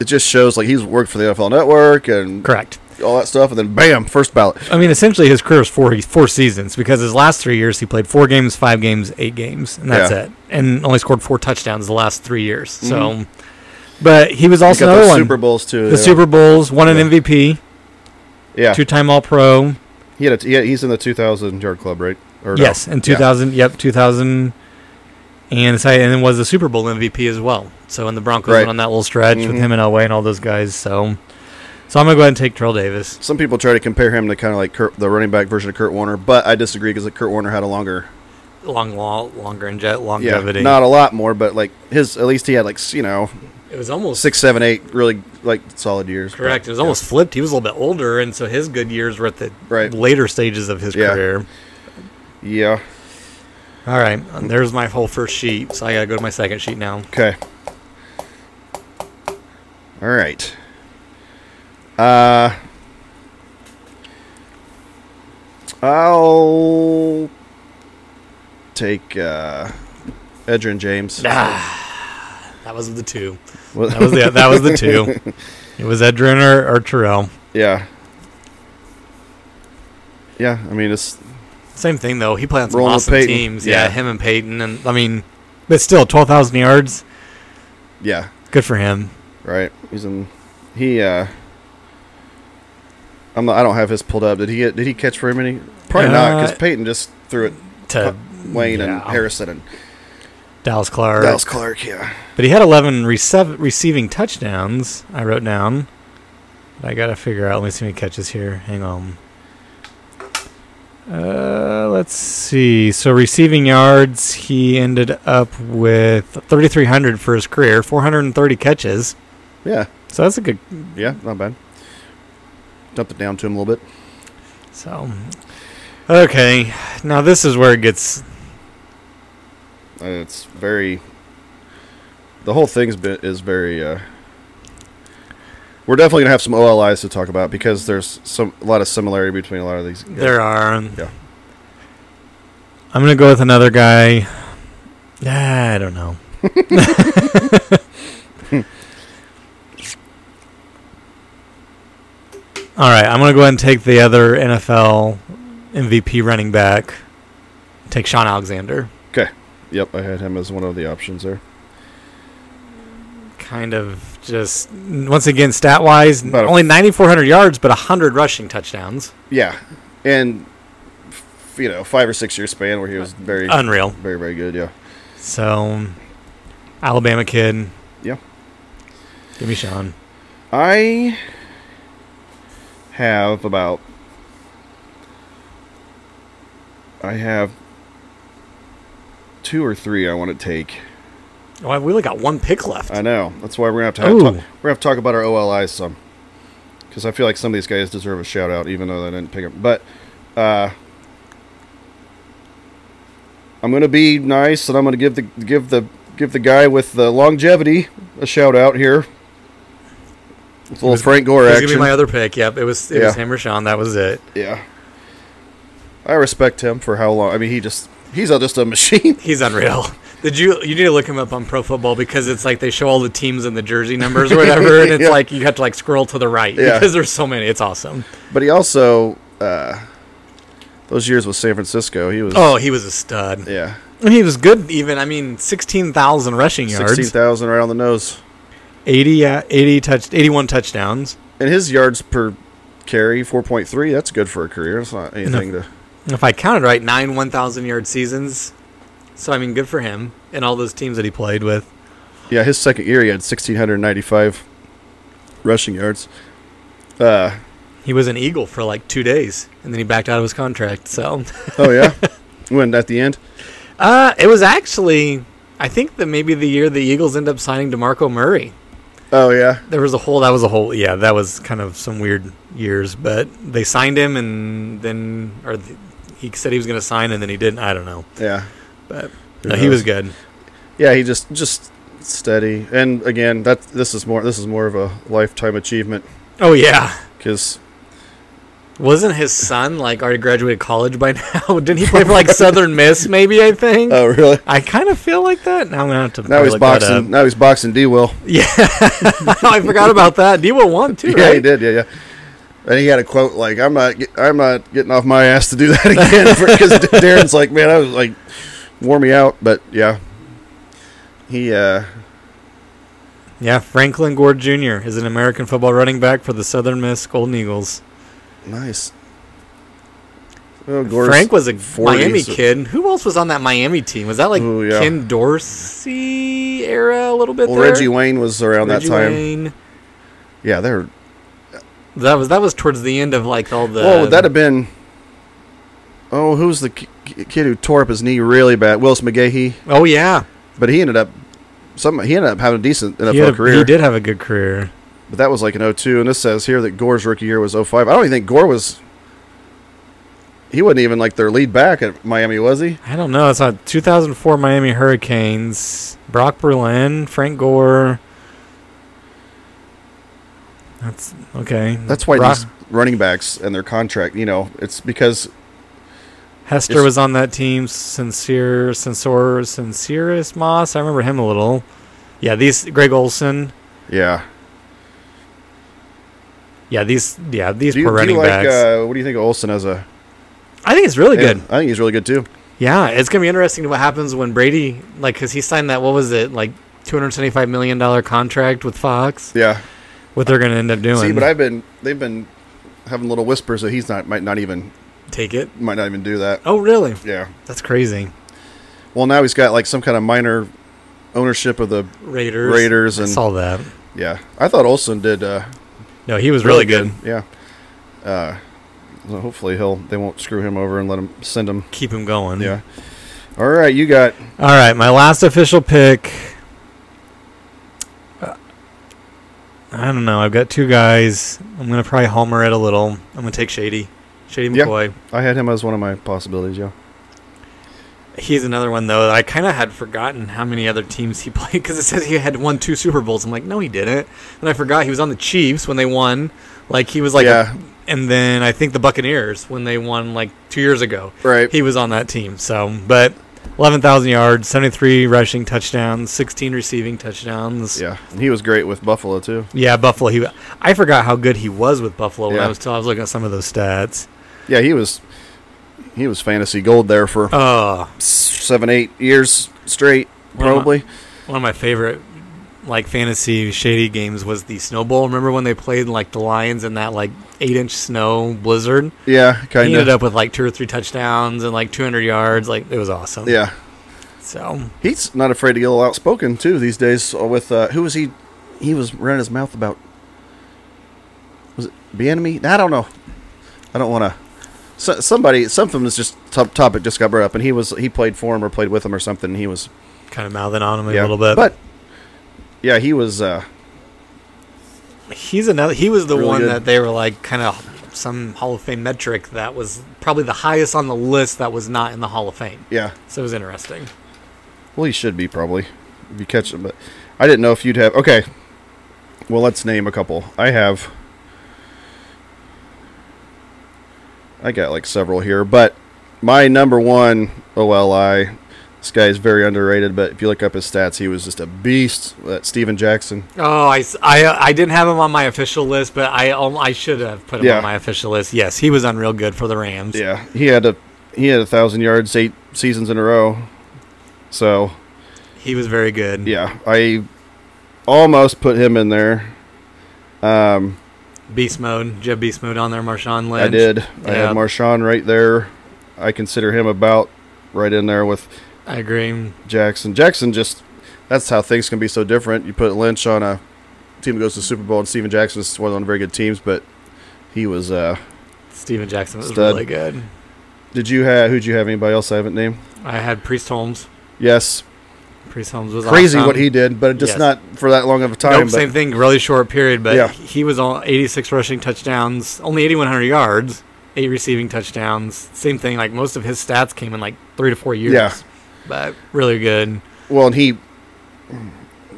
S1: it just shows like he's worked for the NFL Network and
S2: correct.
S1: all that stuff, and then bam, first ballot.
S2: I mean, essentially his career was four four seasons because his last three years he played four games, five games, eight games, and that's
S1: Yeah.
S2: it, and only scored four touchdowns the last three years. So, but he was
S1: Mm-hmm. He
S2: also
S1: got
S2: another
S1: those
S2: one.
S1: Super Bowls too.
S2: the
S1: yeah.
S2: Super Bowls, won
S1: Yeah.
S2: an MVP,
S1: yeah,
S2: two time All Pro.
S1: he had a, yeah, he's in the two thousand yard club, right? Or no?
S2: Yes, in
S1: Yeah.
S2: 2000. Yep, 2000. And so, and then was the Super Bowl MVP as well. So and the Broncos
S1: Right.
S2: went on that little stretch with
S1: Mhm.
S2: him and Elway and all those guys. So, so I'm gonna go ahead and take Terrell Davis.
S1: Some people try to compare him to kind of like Kurt, the running back version of Kurt Warner, but I disagree because Kurt Warner had a longer,
S4: Long, long, longer and jet
S1: yeah,
S4: longevity.
S1: not a lot more, but like his at least he had like s- you know
S4: it was almost
S1: six, seven, eight really like solid years.
S4: correct. It was
S1: Yeah.
S4: almost flipped. He was a little bit older, and so his good years were at the
S1: Right.
S4: later stages of his
S1: Yeah.
S4: career.
S1: Yeah.
S4: All right, and there's my whole first sheet, so I gotta go to my second sheet now.
S1: Okay. All right. Uh, I'll take uh, Edrin James.
S4: Ah, that was the two.
S1: Well- [laughs]
S2: That was the that was the two. It was Edrin or, or Terrell.
S1: Yeah. Yeah, I mean it's
S2: Same thing though. He played on
S1: some Rolling with awesome Peyton.
S2: teams.
S1: Yeah, Yeah.
S2: him and Peyton, and I mean, but still, twelve thousand yards.
S1: yeah,
S2: Good for him.
S1: right. He's in he uh I'm not, I don't have his pulled up. Did he get did he catch very many? Probably not
S2: Uh,
S1: cuz Peyton just threw it
S2: To
S1: Wayne and
S2: yeah.
S1: Harrison and
S2: Dallas Clark.
S1: Dallas Clark, yeah.
S2: But he had 11 receiv- receiving touchdowns, I wrote down. But I got to figure out. Let me see how many catches here. Hang on. Uh, let's see. So, receiving yards, he ended up with 3,300 for his career, 430 catches.
S1: Yeah.
S2: So, that's a good.
S1: Yeah, not bad. Dump it down to him a little bit.
S2: So, okay. Now, this is where it gets.
S1: Uh, it's very the whole thing's been is very uh we're definitely gonna have some OLIs to talk about because there's some a lot of similarity between a lot of these. guys.
S2: There are.
S1: Yeah.
S2: I'm going to go with another guy. Ah, I don't know. [laughs] All right, I'm going to go ahead and take the other NFL MVP running back. Take Sean Alexander.
S1: Yep, I had him as one of the options there.
S2: Kind of just, once again, stat wise,
S1: About a-
S2: only 9,400 yards, but 100 rushing touchdowns.
S1: Yeah, and f- you know, five or six year span where he was very,
S2: Unreal.
S1: very, very good. Yeah,
S2: So, Alabama kid.
S1: Yeah.
S2: Give me Sean.
S1: I have about I have two or three I want to take.
S2: Oh, we only got one pick left.
S1: I know that's why we're gonna have to have talk,
S2: Ooh.
S1: we're gonna have to talk about our OLIs some because I feel like some of these guys deserve a shout out even though they didn't pick them. But uh, I'm gonna be nice and I'm gonna give the give the give the guy with the longevity a shout out here. It's a little
S2: was-
S1: Frank Gore
S2: It was gonna
S1: action.
S2: be my other pick. Yep, it was it was
S1: Yeah.
S2: him or Sean. That was it.
S1: yeah, I respect him for how long. I mean, he just he's a, just a [laughs] machine.
S2: He's unreal. [laughs] Did you you need to look him up on Pro Football because it's like they show all the teams and the jersey numbers or
S1: [laughs]
S2: whatever, and it's
S1: Yeah.
S2: like you have to like scroll to the right
S1: Yeah.
S2: because there's so many. It's awesome.
S1: But he also uh, those years with San Francisco, he was
S2: Oh, he was a stud.
S1: yeah.
S2: And he was good. Even I mean, sixteen thousand rushing yards,
S1: Sixteen thousand right on the nose.
S2: 80, uh, 80 touch, eighty-one touchdowns.
S1: And his yards per carry, four point three. That's good for a career. It's not anything to.
S2: And If I counted right, nine one thousand yard seasons. So I mean, good for him and all those teams that he played with.
S1: Yeah, his second year he had sixteen hundred ninety five rushing yards. Uh
S2: He was an Eagle for like two days, and then he backed out of his
S1: [laughs]
S2: contract. So.
S1: oh
S2: [laughs]
S1: yeah. when at the end,
S2: Uh, it was actually, I think that maybe the year the Eagles end up signing DeMarco Murray.
S1: oh yeah,
S2: There was a whole, that was a whole, yeah, that was kind of some weird years, but they signed him and then, or th- he said he was going to sign and then he didn't. I don't know.
S1: yeah.
S2: But
S1: Who
S2: no, he was
S1: knows?
S2: good.
S1: Yeah, he just just steady. And again, that this is more this is more of a lifetime achievement
S2: Oh, yeah.
S1: because
S2: Wasn't his son like already graduated college by [laughs] now? Didn't he play for like Southern Miss, maybe? I think.
S1: oh really.
S2: I kind of feel like that. Now I'm going to have to.
S1: Now he's
S2: look that
S1: boxing.
S2: up.
S1: Now he's boxing D. Will.
S2: Yeah. [laughs] I forgot about that. D will won too.
S1: [laughs] Yeah,
S2: right?
S1: he did. Yeah, yeah. And he had a quote like, "I'm not, get, I'm not getting off my ass to do that [laughs] again," because Darren's like, "Man, I was like, wore me out." But yeah, he, uh,
S2: Yeah, Franklin Gore Jr. is an American football running back for the Southern Miss Golden Eagles.
S1: nice. Oh, Gore's-
S2: Frank was a
S1: 40s.
S2: Miami kid. Who else was on that Miami team? Was that like
S1: Ooh, yeah.
S2: Ken Dorsey era a little bit?
S1: well,
S2: there?
S1: Reggie Wayne was around
S2: Reggie
S1: that time.
S2: Wayne.
S1: Yeah, they're.
S2: That was that was towards the end of like all the.
S1: Well, would that have been? Oh, who's the ki- ki- kid who tore up his knee really bad? Willis McGahee,
S2: oh yeah,
S1: but he ended up. Some he ended up having a decent NFL
S2: he, had a-
S1: career.
S2: he did have a good career.
S1: But that was like an 02, and this says here that Gore's rookie year was 05. I don't even think Gore was. He wasn't even like their lead back at Miami, was he?
S2: I don't know. It's not 2004 Miami Hurricanes. Brock Berlin, Frank Gore. That's okay.
S1: That's why
S2: Brock
S1: these running backs and their contract, you know, it's because
S2: Hester
S1: It's-
S2: was on that team. Sincere, Sincere, Sincerus Moss. I remember him a little. Yeah, these Greg Olson.
S1: yeah,
S2: Yeah, these yeah these
S1: Do you,
S2: poor
S1: do you
S2: running
S1: like?
S2: backs.
S1: Uh, what do you think of Olsen as a?
S4: I think it's really
S1: Yeah,
S4: good.
S1: I think he's really good too.
S4: Yeah, it's gonna be interesting what happens when Brady, like, because he signed that what was it like two hundred seventy-five million dollar contract with Fox.
S1: Yeah.
S2: what they're going to end up doing?
S1: See, but I've been they've been having little whispers that he's not might not even
S4: Take it.
S1: might not even do that.
S4: Oh, really?
S1: Yeah.
S4: That's crazy.
S1: Well, now he's got like some kind of minor ownership of the
S4: Raiders.
S1: Raiders
S2: I
S1: and
S2: saw that.
S1: yeah. I thought Olsen did uh,
S2: No, he was really, good.
S1: Yeah. Uh, well, hopefully he'll they won't screw him over and let him send him.
S2: Keep him going.
S1: Yeah. All right, you got
S2: All right, my last official pick. Uh, I don't know. I've got two guys. I'm gonna probably homer it a little. I'm gonna take Shady, Shady
S1: Yeah.
S2: McCoy.
S1: I had him as one of my possibilities, yeah.
S2: He's another one though. that I kind of had forgotten how many other teams he [laughs] played because it says he had won two Super Bowls. I'm like, no, he didn't. And I forgot he was on the Chiefs when they won. Like he was like,
S1: yeah,
S2: and then I think the Buccaneers when they won like two years ago.
S1: right.
S2: He was on that team. So, but 11,000 yards, 73 rushing touchdowns, 16 receiving touchdowns.
S1: yeah. And he was great with Buffalo too.
S2: Yeah, Buffalo. He, I forgot how good he was with Buffalo when
S1: Yeah.
S2: I was till I was looking at some of those stats.
S1: Yeah, he was he was fantasy gold there for
S2: Oh,
S1: s- 7 8 years straight
S2: Well,
S1: probably.
S2: one of my favorite like fantasy shady games was the Snow Bowl. Remember when they played like the Lions in that like eight inch snow blizzard?
S1: Yeah,
S2: He
S1: kind
S2: ended
S1: of.
S2: up with like two or three touchdowns and like 200 yards. Like it was awesome.
S1: Yeah.
S2: So
S1: He's not afraid to get a little outspoken too these days with uh who was he he was running his mouth about was it Bienemy? I don't know. I don't want to so, somebody something was just top topic just got brought up and he was he played for him or played with him or something and he was
S2: kind of mouthing on him a
S1: yeah,
S2: little bit.
S1: But yeah, he was uh
S2: He's another. He was the
S1: Really
S2: one
S1: good.
S2: that they were like kind of some Hall of Fame metric that was probably the highest on the list that was not in the Hall of Fame.
S1: yeah.
S2: So it was interesting.
S1: Well, he should be probably if you catch him. But I didn't know if you'd have. Okay. Well, let's name a couple. I have. I got like several here, but my number one OLI. This guy is very underrated, but if you look up his stats, he was just a beast. That Steven Jackson.
S2: Oh, I, s- I, uh, I didn't have him on my official list, but I um, I should have put him
S1: Yeah.
S2: on my official list. Yes, he was unreal good for the Rams.
S1: Yeah, he had a he had a thousand yards eight seasons in a row. So
S2: He was very good.
S1: yeah, I almost put him in there. Um,
S2: Beast mode. Jeb Beast mode on there. Marshawn Lynch.
S1: I did. I
S2: Yeah.
S1: had Marshawn right there. I consider him about right in there with
S2: I agree.
S1: Jackson. Jackson just that's how things can be so different. You put Lynch on a team that goes to the Super Bowl and Steven Jackson is one of the very good teams, but he was uh
S2: Steven Jackson was
S1: Stud.
S2: really good.
S1: did you have who'd you have anybody else I haven't named?
S2: I had Priest Holmes.
S1: Yes.
S2: Priest Holmes was
S1: Crazy
S2: awesome.
S1: what he did, but just
S2: Yes.
S1: not for that long of a time.
S2: Nope,
S1: but
S2: same thing. Really short period, but
S1: Yeah.
S2: he was on 86 rushing touchdowns, only 8,100 yards, eight receiving touchdowns. Same thing. Like most of his stats came in like three to four years.
S1: Yeah.
S2: but really good.
S1: Well, and he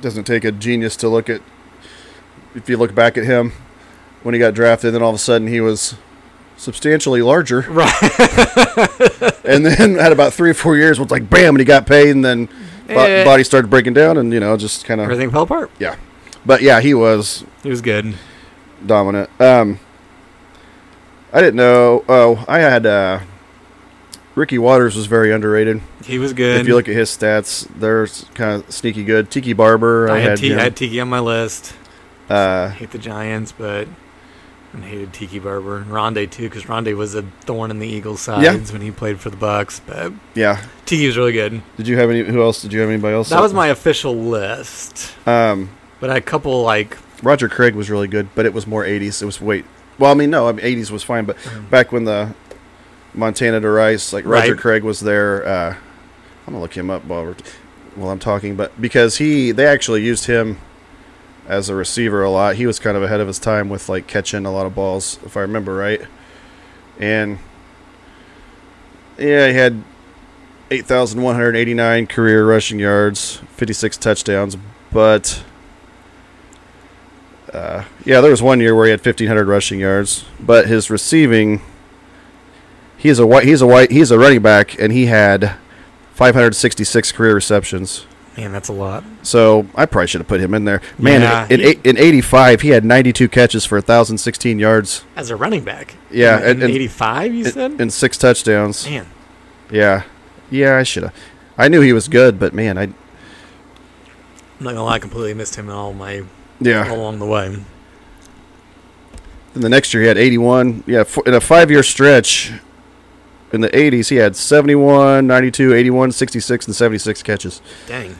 S1: doesn't take a genius to look at. If you look back at him when he got drafted, then all of a sudden he was substantially larger.
S2: [laughs] Right.
S1: [laughs] and then had about three or four years where it's like bam and he got paid and then bo-
S2: Eh.
S1: body started breaking down and you know just kind of
S2: Everything fell apart.
S1: yeah but yeah he was
S2: He was good.
S1: dominant um i didn't know oh i had uh ricky waters was very underrated
S2: He was good.
S1: if you look at his stats they're kind of sneaky good tiki barber
S2: I, had T-
S1: him.
S2: I had Tiki on my list.
S1: uh
S2: hate the Giants, but I hated Tiki Barber and Rondé too, because Rondé was a thorn in the Eagles' sides
S1: Yeah.
S2: when he played for the Bucks. But
S1: yeah
S2: Tiki was really good.
S1: did you have any who else did you have anybody else
S2: That was my official list,
S1: um
S2: but a couple like
S1: Roger Craig was really good, but it was more 80s. It was wait. Well, I mean, no, I mean, 80s was fine, but back when the Montana to Rice, like Roger
S2: Right.
S1: Craig was there. Uh, I'm gonna look him up while we're while I'm talking, but because he they actually used him as a receiver a lot. He was kind of ahead of his time with like catching a lot of balls, if I remember right. And yeah, he had 8,189 career rushing yards, 56 touchdowns, but uh, yeah, there was one year where he had 1,500 rushing yards, but his receiving, he's a white, he's a white, he's a running back, and he had 566 career receptions.
S2: Man, that's a lot.
S1: So I probably should have put him in there. Man,
S4: Yeah.
S1: in, in, eight- in 85, he had 92 catches for 1,016 yards
S4: as a running back.
S1: Yeah,
S4: in,
S1: and- and-
S4: '85, you said.
S1: and six touchdowns.
S4: Man,
S1: Yeah. Yeah, I should have. I knew he was good, but man, I.
S4: I'm not gonna lie, I completely missed him all my all
S1: Yeah.
S4: along the way.
S1: Then the next year, he had 81. Yeah, fo- in a five year stretch in the 80s, he had 71, 92, 81, 66, and 76 catches.
S4: Dang.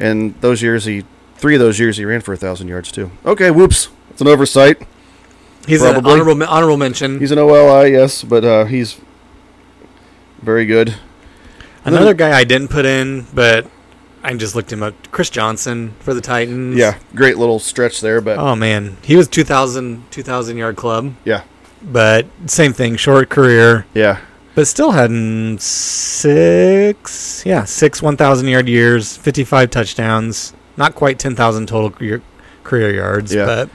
S1: And those years, he. Three of those years, he ran for 1,000 yards, too. Okay, whoops. It's an oversight.
S4: He's an
S1: Probably.
S4: honorable men- honorable mention.
S1: He's an OLI, yes, but uh, he's very good.
S4: Another guy I didn't put in, but I just looked him up. Chris Johnson for the Titans.
S1: Yeah, great little stretch there, but
S2: Oh man,
S4: He was 2,000 2,000 yard club.
S1: Yeah.
S2: but same thing. Short career,
S1: yeah,
S2: but still had mm, six, yeah, six one thousand yard years, fifty five touchdowns, not quite ten thousand total career, career yards,
S1: Yeah.
S2: but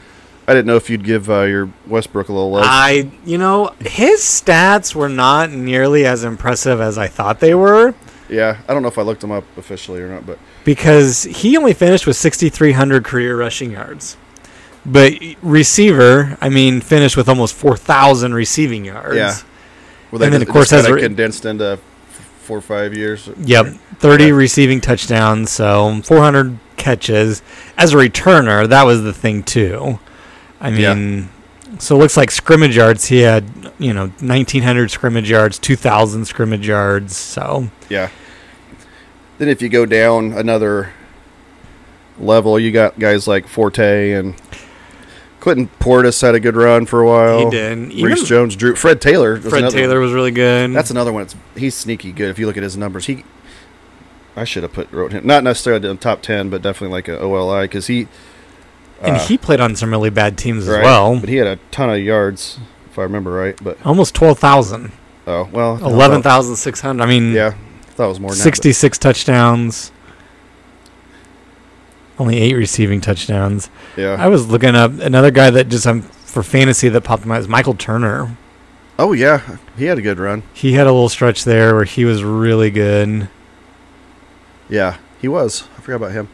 S1: I didn't know if you'd give uh, your Westbrook a little love.
S2: Ah.
S4: I, you know, his stats were not nearly as impressive as I thought they were
S1: yeah, I don't know if I looked him up officially or not, but
S4: because he only finished with 6,300 career rushing yards. But receiver, I mean, finished with almost 4,000 receiving yards.
S1: Yeah. well,
S2: And then,
S1: just-
S2: of course,
S1: just kinda
S2: has re-
S1: condensed into f- four or five years.
S2: Yep, 30
S1: Okay.
S2: receiving touchdowns, so 400 catches. As a returner, that was the thing too. I
S1: Yeah.
S2: mean, so it looks like scrimmage yards. He had you know 1,900 scrimmage yards, 2,000 scrimmage yards. So
S1: Yeah. Then if you go down another level, you got guys like Forte and Quentin Portis had a good run for a while.
S4: He did. Even
S1: Reese Jones, Drew, Fred Taylor. was
S4: Fred
S1: another one.
S4: Taylor was really good.
S1: That's another one. It's, he's sneaky good. If you look at his numbers, he. I should have put wrote him not necessarily in the top ten, but definitely like an OLI because he.
S2: and
S1: uh,
S2: he played on some really bad teams
S1: right,
S2: as well.
S1: but he had a ton of yards if I remember right. But
S2: Almost 12,000,
S1: oh well, I thought-
S4: 11,600. I mean,
S1: Yeah, I thought it was more. Than that,
S2: 66 touchdowns. Only eight receiving touchdowns.
S1: but yeah.
S2: I was looking up another guy that just um, for fantasy that popped in my mind is Michael Turner.
S1: oh yeah, he had a good run.
S2: He had a little stretch there where he was really good.
S1: Yeah, he was. I forgot about him.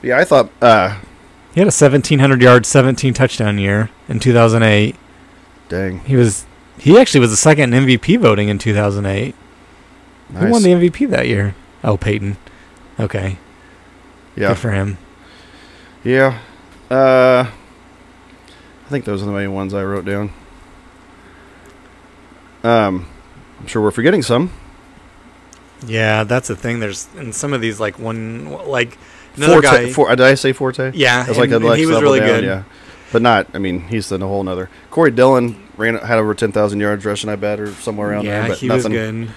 S1: But yeah, I thought. uh
S2: He had a 1700 yard, 17 touchdown year in 2008.
S1: Dang,
S2: He was he actually was the second in MVP voting in 2008. Who won
S1: nice.
S2: the MVP that year? Oh, Peyton. Okay,
S1: yeah,
S2: good for him.
S1: yeah. Uh, I think those are the main ones I wrote down. Um, I'm sure we're forgetting some.
S2: Yeah, that's the thing. There's in some of these like one like
S1: Forte, For, did I say Forte?
S4: yeah,
S1: That's like
S4: and-
S1: a
S4: and
S1: next
S4: he was
S1: level
S4: really
S1: down,
S4: good.
S1: Yeah, but not. I mean, he's in a whole nother. Corey Dillon ran had over ten thousand yards rushing, I bet, or somewhere around
S4: yeah,
S1: there. But
S4: he
S1: nothing.
S4: was good.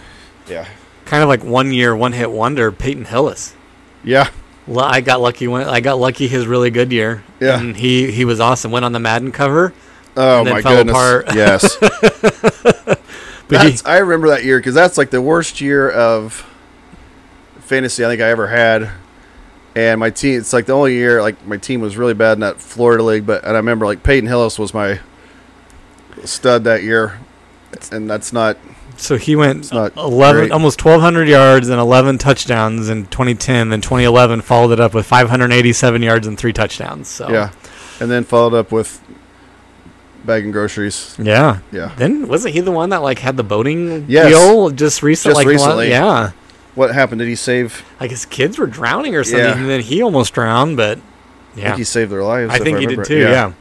S1: Yeah,
S4: Kind of like one year, one hit wonder, Peyton Hillis.
S1: yeah,
S4: Lu- I got lucky. When, I got lucky his really good year.
S1: Yeah.
S4: and he he was awesome. Went on the Madden cover.
S1: Oh
S4: And then
S1: my
S4: fell
S1: goodness!
S4: apart.
S1: Yes,
S4: But he,
S1: That's- I remember that year because that's like the worst year of fantasy I think I ever had. And my team, it's like the only year like my team was really bad in that Florida league. But and I remember like Peyton Hillis was my stud that year, and that's not
S2: so he went
S1: not
S2: 11
S1: great.
S2: almost 1200 yards and 11 touchdowns in 2010 then 2011 followed it up with 587 yards and three touchdowns so
S1: Yeah, and then followed up with bagging groceries.
S2: yeah
S1: Yeah,
S4: then wasn't he the one that like had the boating
S1: Yes.
S4: deal just recently?
S1: Just
S4: like, one-
S1: recently.
S4: yeah.
S1: what happened? Did he save?
S4: Like his kids were drowning or something,
S1: Yeah.
S4: and then he almost drowned. But
S1: I
S4: yeah,
S1: think he saved their lives.
S2: i
S1: if
S2: think he
S1: remember
S2: did
S1: it.
S2: too yeah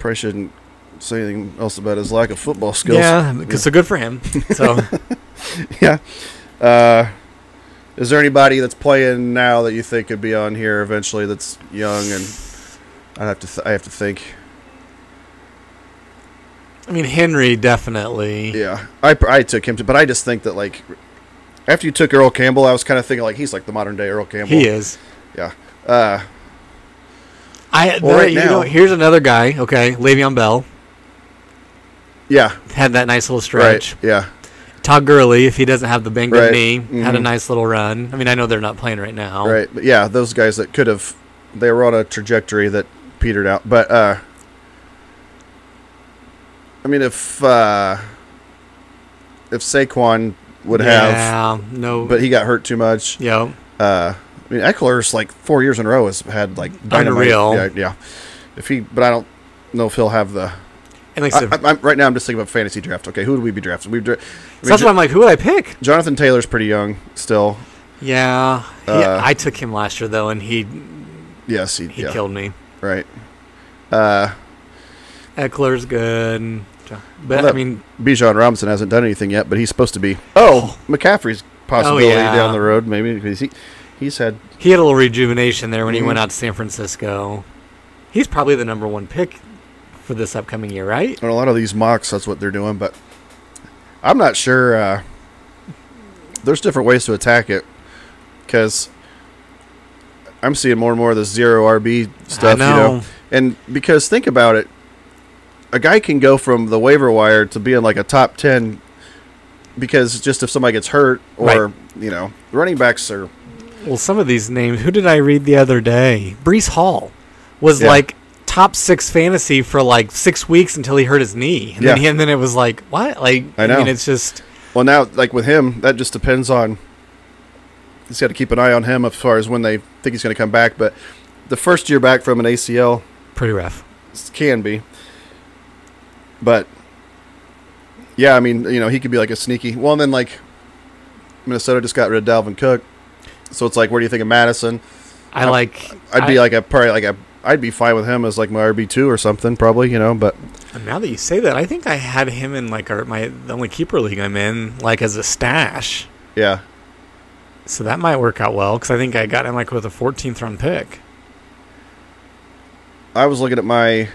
S1: probably shouldn't say anything else about his lack of football skills.
S2: yeah, 'cause- so good for him
S1: [laughs]
S2: so
S1: Yeah. Uh, is there anybody that's playing now that you think could be on here eventually? That's young and I have to. Th- I have to think.
S4: I mean Henry definitely.
S1: Yeah, I pr- I took him, to, but I just think that like after you took Earl Campbell, I was kind of thinking like he's like the modern day Earl Campbell.
S4: He is.
S1: Uh,
S4: I
S1: Well, right
S4: you know,
S1: now-
S4: here's another guy. Okay, Le'Veon Bell
S1: yeah.
S4: had that nice little stretch.
S1: Right. Yeah.
S4: Todd Gurley, if he doesn't have the banged up
S1: Right.
S4: knee, had a
S1: Mhm.
S4: nice little run. I mean, I know they're not playing right now.
S1: Right. But yeah, those guys that could have, they were on a trajectory that petered out. But, uh, I mean, if, uh, if Saquon would have,
S4: Yeah, no.
S1: but he got hurt too much,
S4: yeah,
S1: uh, I mean, Eckler's like four years in a row has had like dynamite.
S5: Unreal.
S1: Yeah, yeah. If he, but I don't know if he'll have the.
S2: And like I
S1: I,
S2: said,
S1: I, I'm, right now, I'm just thinking about fantasy draft. Okay, who do we be drafting? We, dra- I
S2: so
S1: mean,
S2: that's why
S1: J-
S2: I'm like, who would I pick?
S1: Jonathan Taylor's pretty young still.
S2: Yeah, he-
S1: Uh,
S2: I took him last year though, and he
S1: Yes, he,
S2: he
S1: yeah,
S2: killed me.
S1: right. Uh,
S2: Eckler's good, but I
S1: that-
S2: mean,
S1: Bijan Robinson hasn't done anything yet, but he's supposed to be.
S2: oh,
S1: McCaffrey's possibility
S2: yeah.
S1: down the road, maybe because he, he's had
S2: [sighs] he had a little rejuvenation there when he
S1: Mhm.
S2: went out to San Francisco. He's probably the number one pick for this upcoming year, right?
S1: on a lot of these mocks. That's what they're doing, but I'm not sure. Uh, there's different ways to attack it because I'm seeing more and more of the zero RB
S2: I
S1: stuff. You know, And because think about it, a guy can go from the waiver wire to being like a top ten because just if somebody gets hurt or you know running backs are
S2: Well, some of these names. Who did I read the other day? Brees Hall was
S1: Yeah.
S2: like top six fantasy for like six weeks until he hurt his knee, and then
S1: Yeah.
S2: he, and then it was like what? Like
S1: I know.
S2: mean, it's just
S1: well now like with him that just depends on he's got to keep an eye on him as far as when they think he's going to come back but the first year back from an ACL
S2: pretty rough.
S1: can be but yeah I mean you know he could be like a sneaky well and then like Minnesota just got rid of Dalvin Cook so it's like where do you think of Madison
S2: I
S1: I-
S2: like.
S1: I'd be
S2: I-
S1: like a probably like a I'd be fine with him as like my RB two or something probably you know but
S2: Now that you say that, I think I had him in like our, my the only keeper league I'm in, like as a stash.
S1: yeah
S2: So that might work out well because I think I got him like with a 14th round pick.
S1: I was looking at my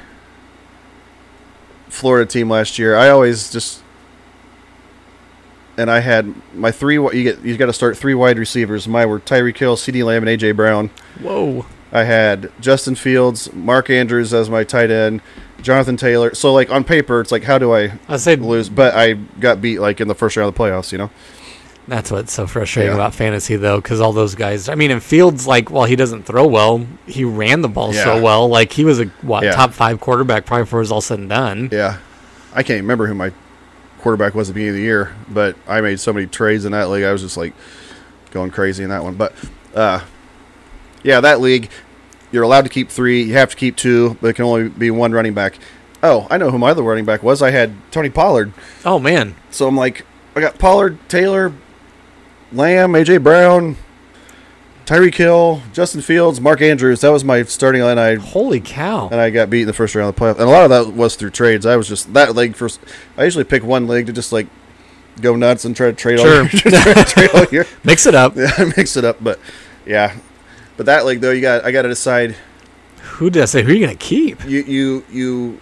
S1: Florida team last year I always just and I had my three wi- you get you got to start three wide receivers my were Tyreek Hill CD Lamb and AJ Brown
S2: Whoa!
S1: I had Justin Fields Mark Andrews as my tight end Jonathan Taylor so like on paper it's like how do I
S2: I said
S1: lose but I got beat like in the first round of the playoffs you know
S2: That's what's so frustrating
S1: Yeah.
S2: about fantasy, though, because all those guys. I mean, in Fields, like, while he doesn't throw well, he ran the ball
S1: Yeah.
S2: so well. Like, he was a what
S1: Yeah.
S2: top five quarterback probably before it was all said and done.
S1: Yeah. I can't remember who my quarterback was at the beginning of the year, but I made so many trades in that league. I was just like going crazy in that one. But uh, yeah, that league, you're allowed to keep three. You have to keep two, but it can only be one running back. Oh, I know who my other running back was. I had Tony Pollard.
S2: Oh man,
S1: So I'm like, I got Pollard, Taylor, Lamb, AJ Brown, Tyreek Hill, Justin Fields, Mark Andrews. That was my starting line. I
S2: holy cow!
S1: and I got beat in the first round of the playoff. And a lot of that was through trades. I was just that leg first. I usually pick one leg to just like go nuts and try to trade all
S2: Sure.
S1: year. try to [laughs] trade
S2: [laughs]
S1: all year.
S2: Mix it up.
S1: [laughs] Yeah, I mix it up, but yeah. But that leg though, you got I got to decide.
S2: Who did I say? Who are you gonna keep?
S1: You you you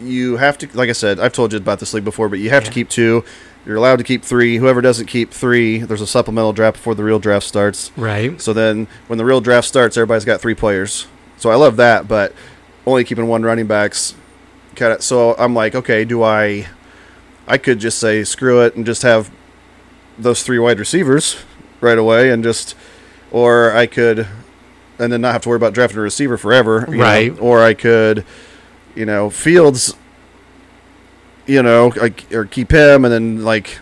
S1: you have to like I said. I've told you about this league before, but you have to
S2: Yeah.
S1: keep two. You're allowed to keep three. Whoever doesn't keep three, there's a supplemental draft before the real draft starts.
S2: Right.
S1: So then when the real draft starts, everybody's got three players. So I love that, but only keeping one running backs. Kind of. So I'm like, okay, do I? I could just say screw it and just have those three wide receivers right away, and just, or I could, and then not have to worry about drafting a receiver forever, you know?
S2: Right.
S1: Or I could, you know, Fields. You know, like or keep him, and then like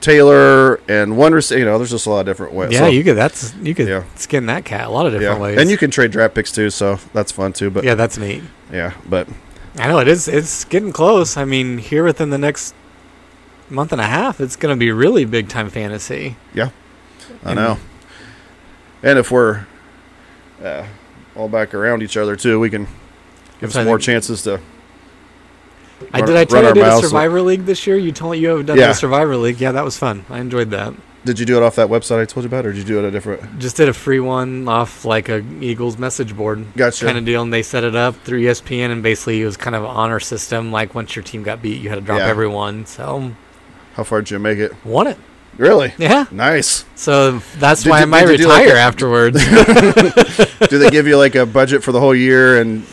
S1: Taylor and one receiver. You know, there's just a lot of different ways.
S2: yeah,
S1: So-
S2: you could. That's you could
S1: Yeah.
S2: skin that cat a lot of different
S1: yeah.
S2: ways.
S1: And you can trade draft picks too, so that's fun too. But yeah,
S2: yeah, that's neat.
S1: but
S2: I know it is. It's getting close. I mean, here within the next month and a half, it's gonna be really big time fantasy.
S1: I know. And if we're uh, all back around each other too, we can give
S2: That's
S1: some
S2: what I
S1: more
S2: think.
S1: chances to.
S2: I
S1: Run-
S2: did. I
S1: run
S2: tell you I
S1: our
S2: did a
S1: mouths with-
S2: Survivor League this year. You told you have done
S1: Yeah.
S2: the Survivor League. Yeah, that was fun. I enjoyed that.
S1: Did you do it off that website I told you about, or did you do it a different?
S2: Just did a free one off like a Eagles message board
S1: Gotcha.
S2: kind of deal, and they set it up through E ESPN, and basically it was kind of an honor system. Like once your team got beat, you had to drop
S1: Yeah.
S2: everyone. So
S1: How far did you make it?
S2: won it.
S1: Really
S2: Yeah.
S1: nice.
S2: So that's
S1: Did
S2: why
S1: you-
S2: I might
S1: did you do, like,
S2: retire
S1: a-
S2: afterwards.
S1: [laughs]
S2: [laughs]
S1: do they give you like a budget for the whole year? And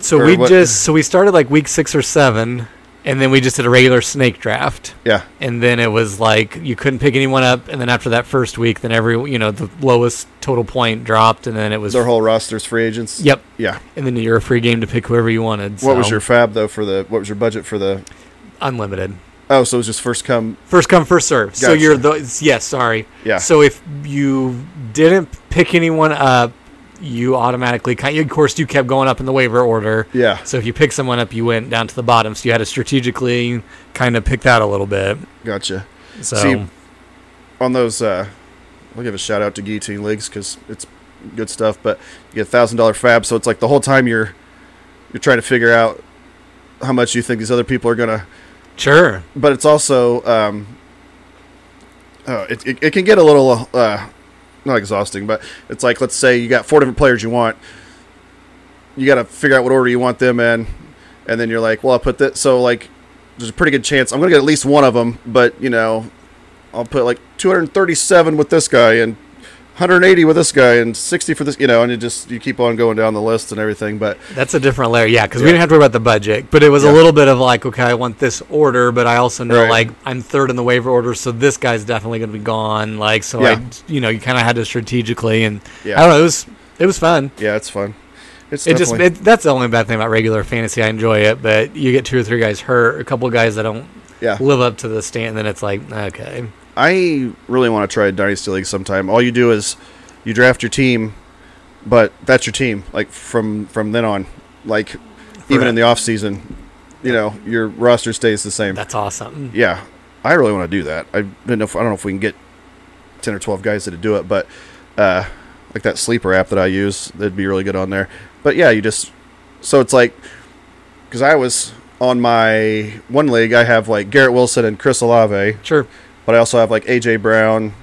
S2: so
S1: Or
S2: we
S1: what-
S2: just so we started like week six or seven, and then we just did a regular snake draft.
S1: yeah,
S2: and then it was like you couldn't pick anyone up and then after that first week then every you know the lowest total point dropped and then it was
S1: their whole roster's free agents.
S2: yep
S1: Yeah.
S2: and then you're a free game to pick whoever you wanted
S1: What was
S2: so-
S1: your fab though for the? What was your budget for the?
S2: unlimited
S1: Oh, so it was just first come.
S2: First come, first serve. So
S1: Gotcha.
S2: you're the it's- yes, sorry.
S1: Yeah.
S2: So if you didn't pick anyone up, you automatically kind. Of course, you kept going up in the waiver order.
S1: Yeah.
S2: So if you picked someone up, you went down to the bottom. So you had to strategically kind of pick that a little bit.
S1: Gotcha.
S2: So
S1: See- on those uh i'll give a shout out to guillotine leagues because it's good stuff but you get a thousand dollar fab so it's like the whole time you're you're trying to figure out how much you think these other people are gonna
S2: sure,
S1: but it's also um oh, it, it, it can get a little uh not exhausting but it's like let's say you got four different players you want you got to figure out what order you want them in and then you're like well i'll put this so like there's a pretty good chance i'm gonna get at least one of them but you know i'll put like 237 with this guy and 180 with this guy and 60 for this you know and you just you keep on going down the list and everything but
S2: that's a different layer. Yeah, because we
S1: Yeah.
S2: didn't have to worry about the budget, but it was
S1: Yeah.
S2: a little bit of like, okay, I want this order, but I also know
S1: Right.
S2: like I'm third in the waiver order, so this guy's definitely going to be gone. Like so,
S1: Yeah.
S2: I you know you kind of had to strategically, and
S1: Yeah.
S2: I don't know, it was it was fun.
S1: yeah it's fun it's
S2: It just
S1: definitely-
S2: it, that's the only bad thing about regular fantasy. I enjoy it, but you get two or three guys hurt, a couple guys that don't
S1: yeah
S2: live up to the stand, then it's like okay,
S1: I really want to try Dynasty League sometime. All you do is you draft your team, but that's your team. Like from from then on, like even in the off season, you know your roster stays the same.
S2: that's awesome.
S1: Yeah, I really want to do that. I don't know. If, I don't know if we can get ten or twelve guys to do it, but uh, like that sleeper app that I use, that'd be really good on there. But yeah, you just so it's like because I was on my one league, I have like Garrett Wilson and Chris Olave
S2: Sure,
S1: but I also have like AJ Brown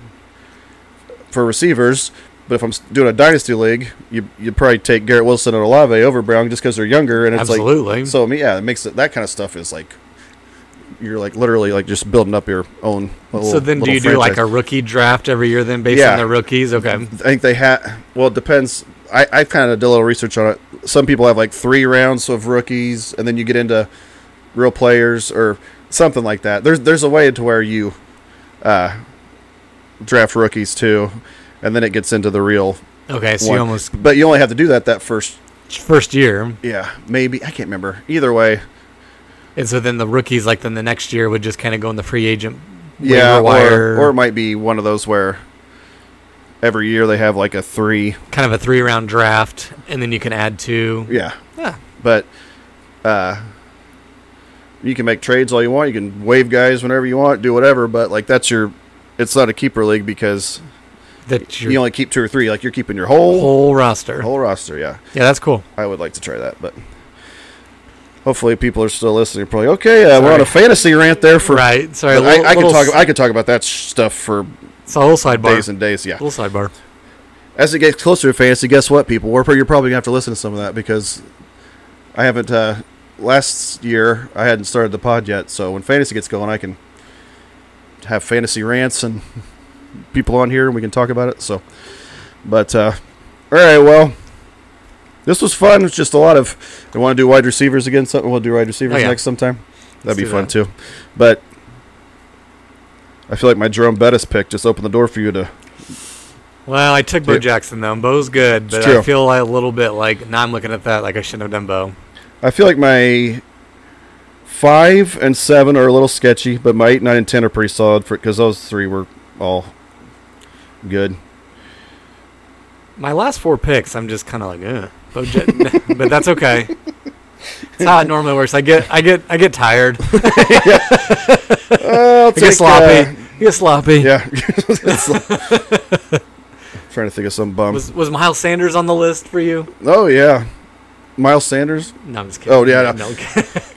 S1: for receivers. But if I'm s- doing a dynasty league, you you probably take Garrett Wilson and Olave over Brown just because they're younger, and it's
S2: absolutely.
S1: like so. I mean, yeah, it makes it, that kind of stuff is like you're like literally like just building up your own. Little,
S2: so then, do
S1: little
S2: you do like a
S1: franchise.
S2: rookie draft every year then, based
S1: Yeah. Mm-hmm.
S2: on the rookies? Okay,
S1: I think they had. Well, it depends. I I kind of did a little research on it. Some people have like three rounds of rookies, and then you get into real players or something like that. There's there's a way to where you uh, draft rookies too, and then it gets into the real.
S2: okay, so
S1: One.
S2: you almost
S1: But you only have to do that that first.
S2: first year,
S1: Yeah, maybe I can't remember. Either way,
S2: and so then the rookies like then the next year would just kind of go in the free agent.
S1: yeah,
S2: waiver wire,
S1: or or it might be one of those where every year they have like a three.
S2: kind of a three round draft, and then you can add two.
S1: Yeah,
S2: Yeah,
S1: but uh, you can make trades all you want. You can waive guys whenever you want, do whatever. But like that's your, it's not a keeper league because
S2: that's
S1: you
S2: your
S1: only keep two or three. Like you're keeping your whole
S2: whole roster.
S1: whole roster. Yeah,
S2: Yeah, that's cool.
S1: I would like to try that, but hopefully people are still listening. Probably okay. Uh, we're on a fantasy rant there for.
S2: right. Sorry,
S1: but
S2: little-
S1: I, I could
S2: little
S1: talk.
S2: s-
S1: I could talk about that sh- stuff for
S2: It's a whole sidebar.
S1: days and days. Yeah.
S2: little sidebar.
S1: As it gets closer to fantasy, guess what, people? We're, you're probably gonna have to listen to some of that because I haven't. Uh, last year, I hadn't started the pod yet, so when fantasy gets going, I can have fantasy rants and [laughs] people on here, and we can talk about it. So, but uh, all right, well, this was fun. It's just a lot of. I want to do wide receivers again. Something we'll do wide receivers
S2: Oh, yeah.
S1: next sometime. That'd
S2: Let's
S1: be
S2: do
S1: fun
S2: that.
S1: too. But I feel like my Jerome Bettis pick just opened the door for you to.
S2: Well, I took Bo
S1: Yeah.
S2: Jackson though. and Bo's good, but
S1: true.
S2: I feel like a little bit like now I'm looking at that like I shouldn't have done Bo.
S1: I feel like my five and seven are a little sketchy, but my eight, nine, and ten are pretty solid for because those three were all good.
S2: My last four picks, I'm just kind of like, Ugh. Bo Jack- [laughs] but that's okay. That's how it normally works. I get, I get, I
S1: [laughs]
S2: get tired. I
S1: Uh, I'll
S2: get
S1: take,
S2: sloppy.
S1: uh,
S2: I get sloppy.
S1: yeah. [laughs] trying to think of some bum.
S2: Was was Miles Sanders on the list for you?
S1: oh yeah, Miles Sanders.
S2: No, I'm just kidding.
S1: Oh, yeah,
S2: no. no.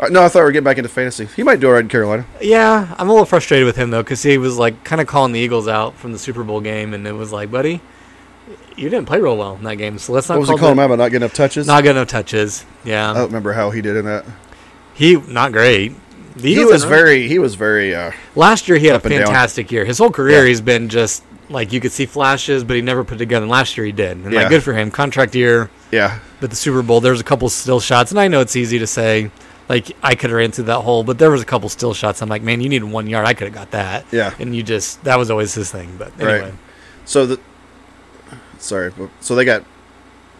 S1: Uh, no, I thought we were getting back into fantasy. He might do all right in Carolina.
S2: Yeah, I'm a little frustrated with him though, because he was like kind of calling the Eagles out from the Super Bowl game, and it was like, buddy, you didn't play real well in that game, so let's not
S1: What was he
S2: call
S1: calling him
S2: the-
S1: out Oh. about not getting enough touches?
S2: not get no touches. Yeah,
S1: I don't remember how he did in that.
S2: he not great. The
S1: He
S2: Eagles
S1: was
S2: are-
S1: very. He was very. Uh,
S2: Last year he had a
S1: up and down.
S2: fantastic year. His whole career
S1: Yeah.
S2: he's been just like you could see flashes, but he never put together. And last year he did, and
S1: Yeah.
S2: like good for him. Contract year,
S1: yeah.
S2: but the Super Bowl there's a couple still shots, and I know it's easy to say. Like I could have ran through that hole, but there was a couple still shots. I'm like, man, you need one yard. I could have got that.
S1: Yeah.
S2: And you just that was always his thing. But anyway.
S1: Right. So the sorry, but- so they got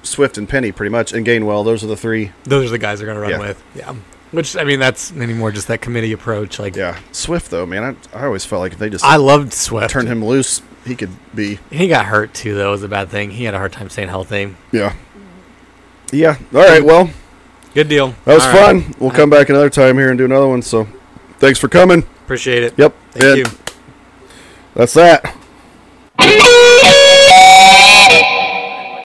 S1: Swift and Penny pretty much, and Gainwell. Those are the three.
S2: Those are the guys they're going to run
S1: Yeah.
S2: with. Yeah. Which I mean, that's anymore just that committee approach. Like
S1: Yeah, Swift though, man, I, I always felt like if they just
S2: I loved Swift.
S1: turned him loose, he could be
S2: He got hurt too, though. Was a bad thing. He had a hard time staying healthy.
S1: yeah. Yeah. All right. Well,
S2: Good deal.
S1: that was
S2: All right.
S1: fun. We'll come back another time here and do another one. So, thanks for coming.
S2: Appreciate it.
S1: Yep.
S2: Thank
S1: and
S2: you.
S1: That's that.
S6: Thank you.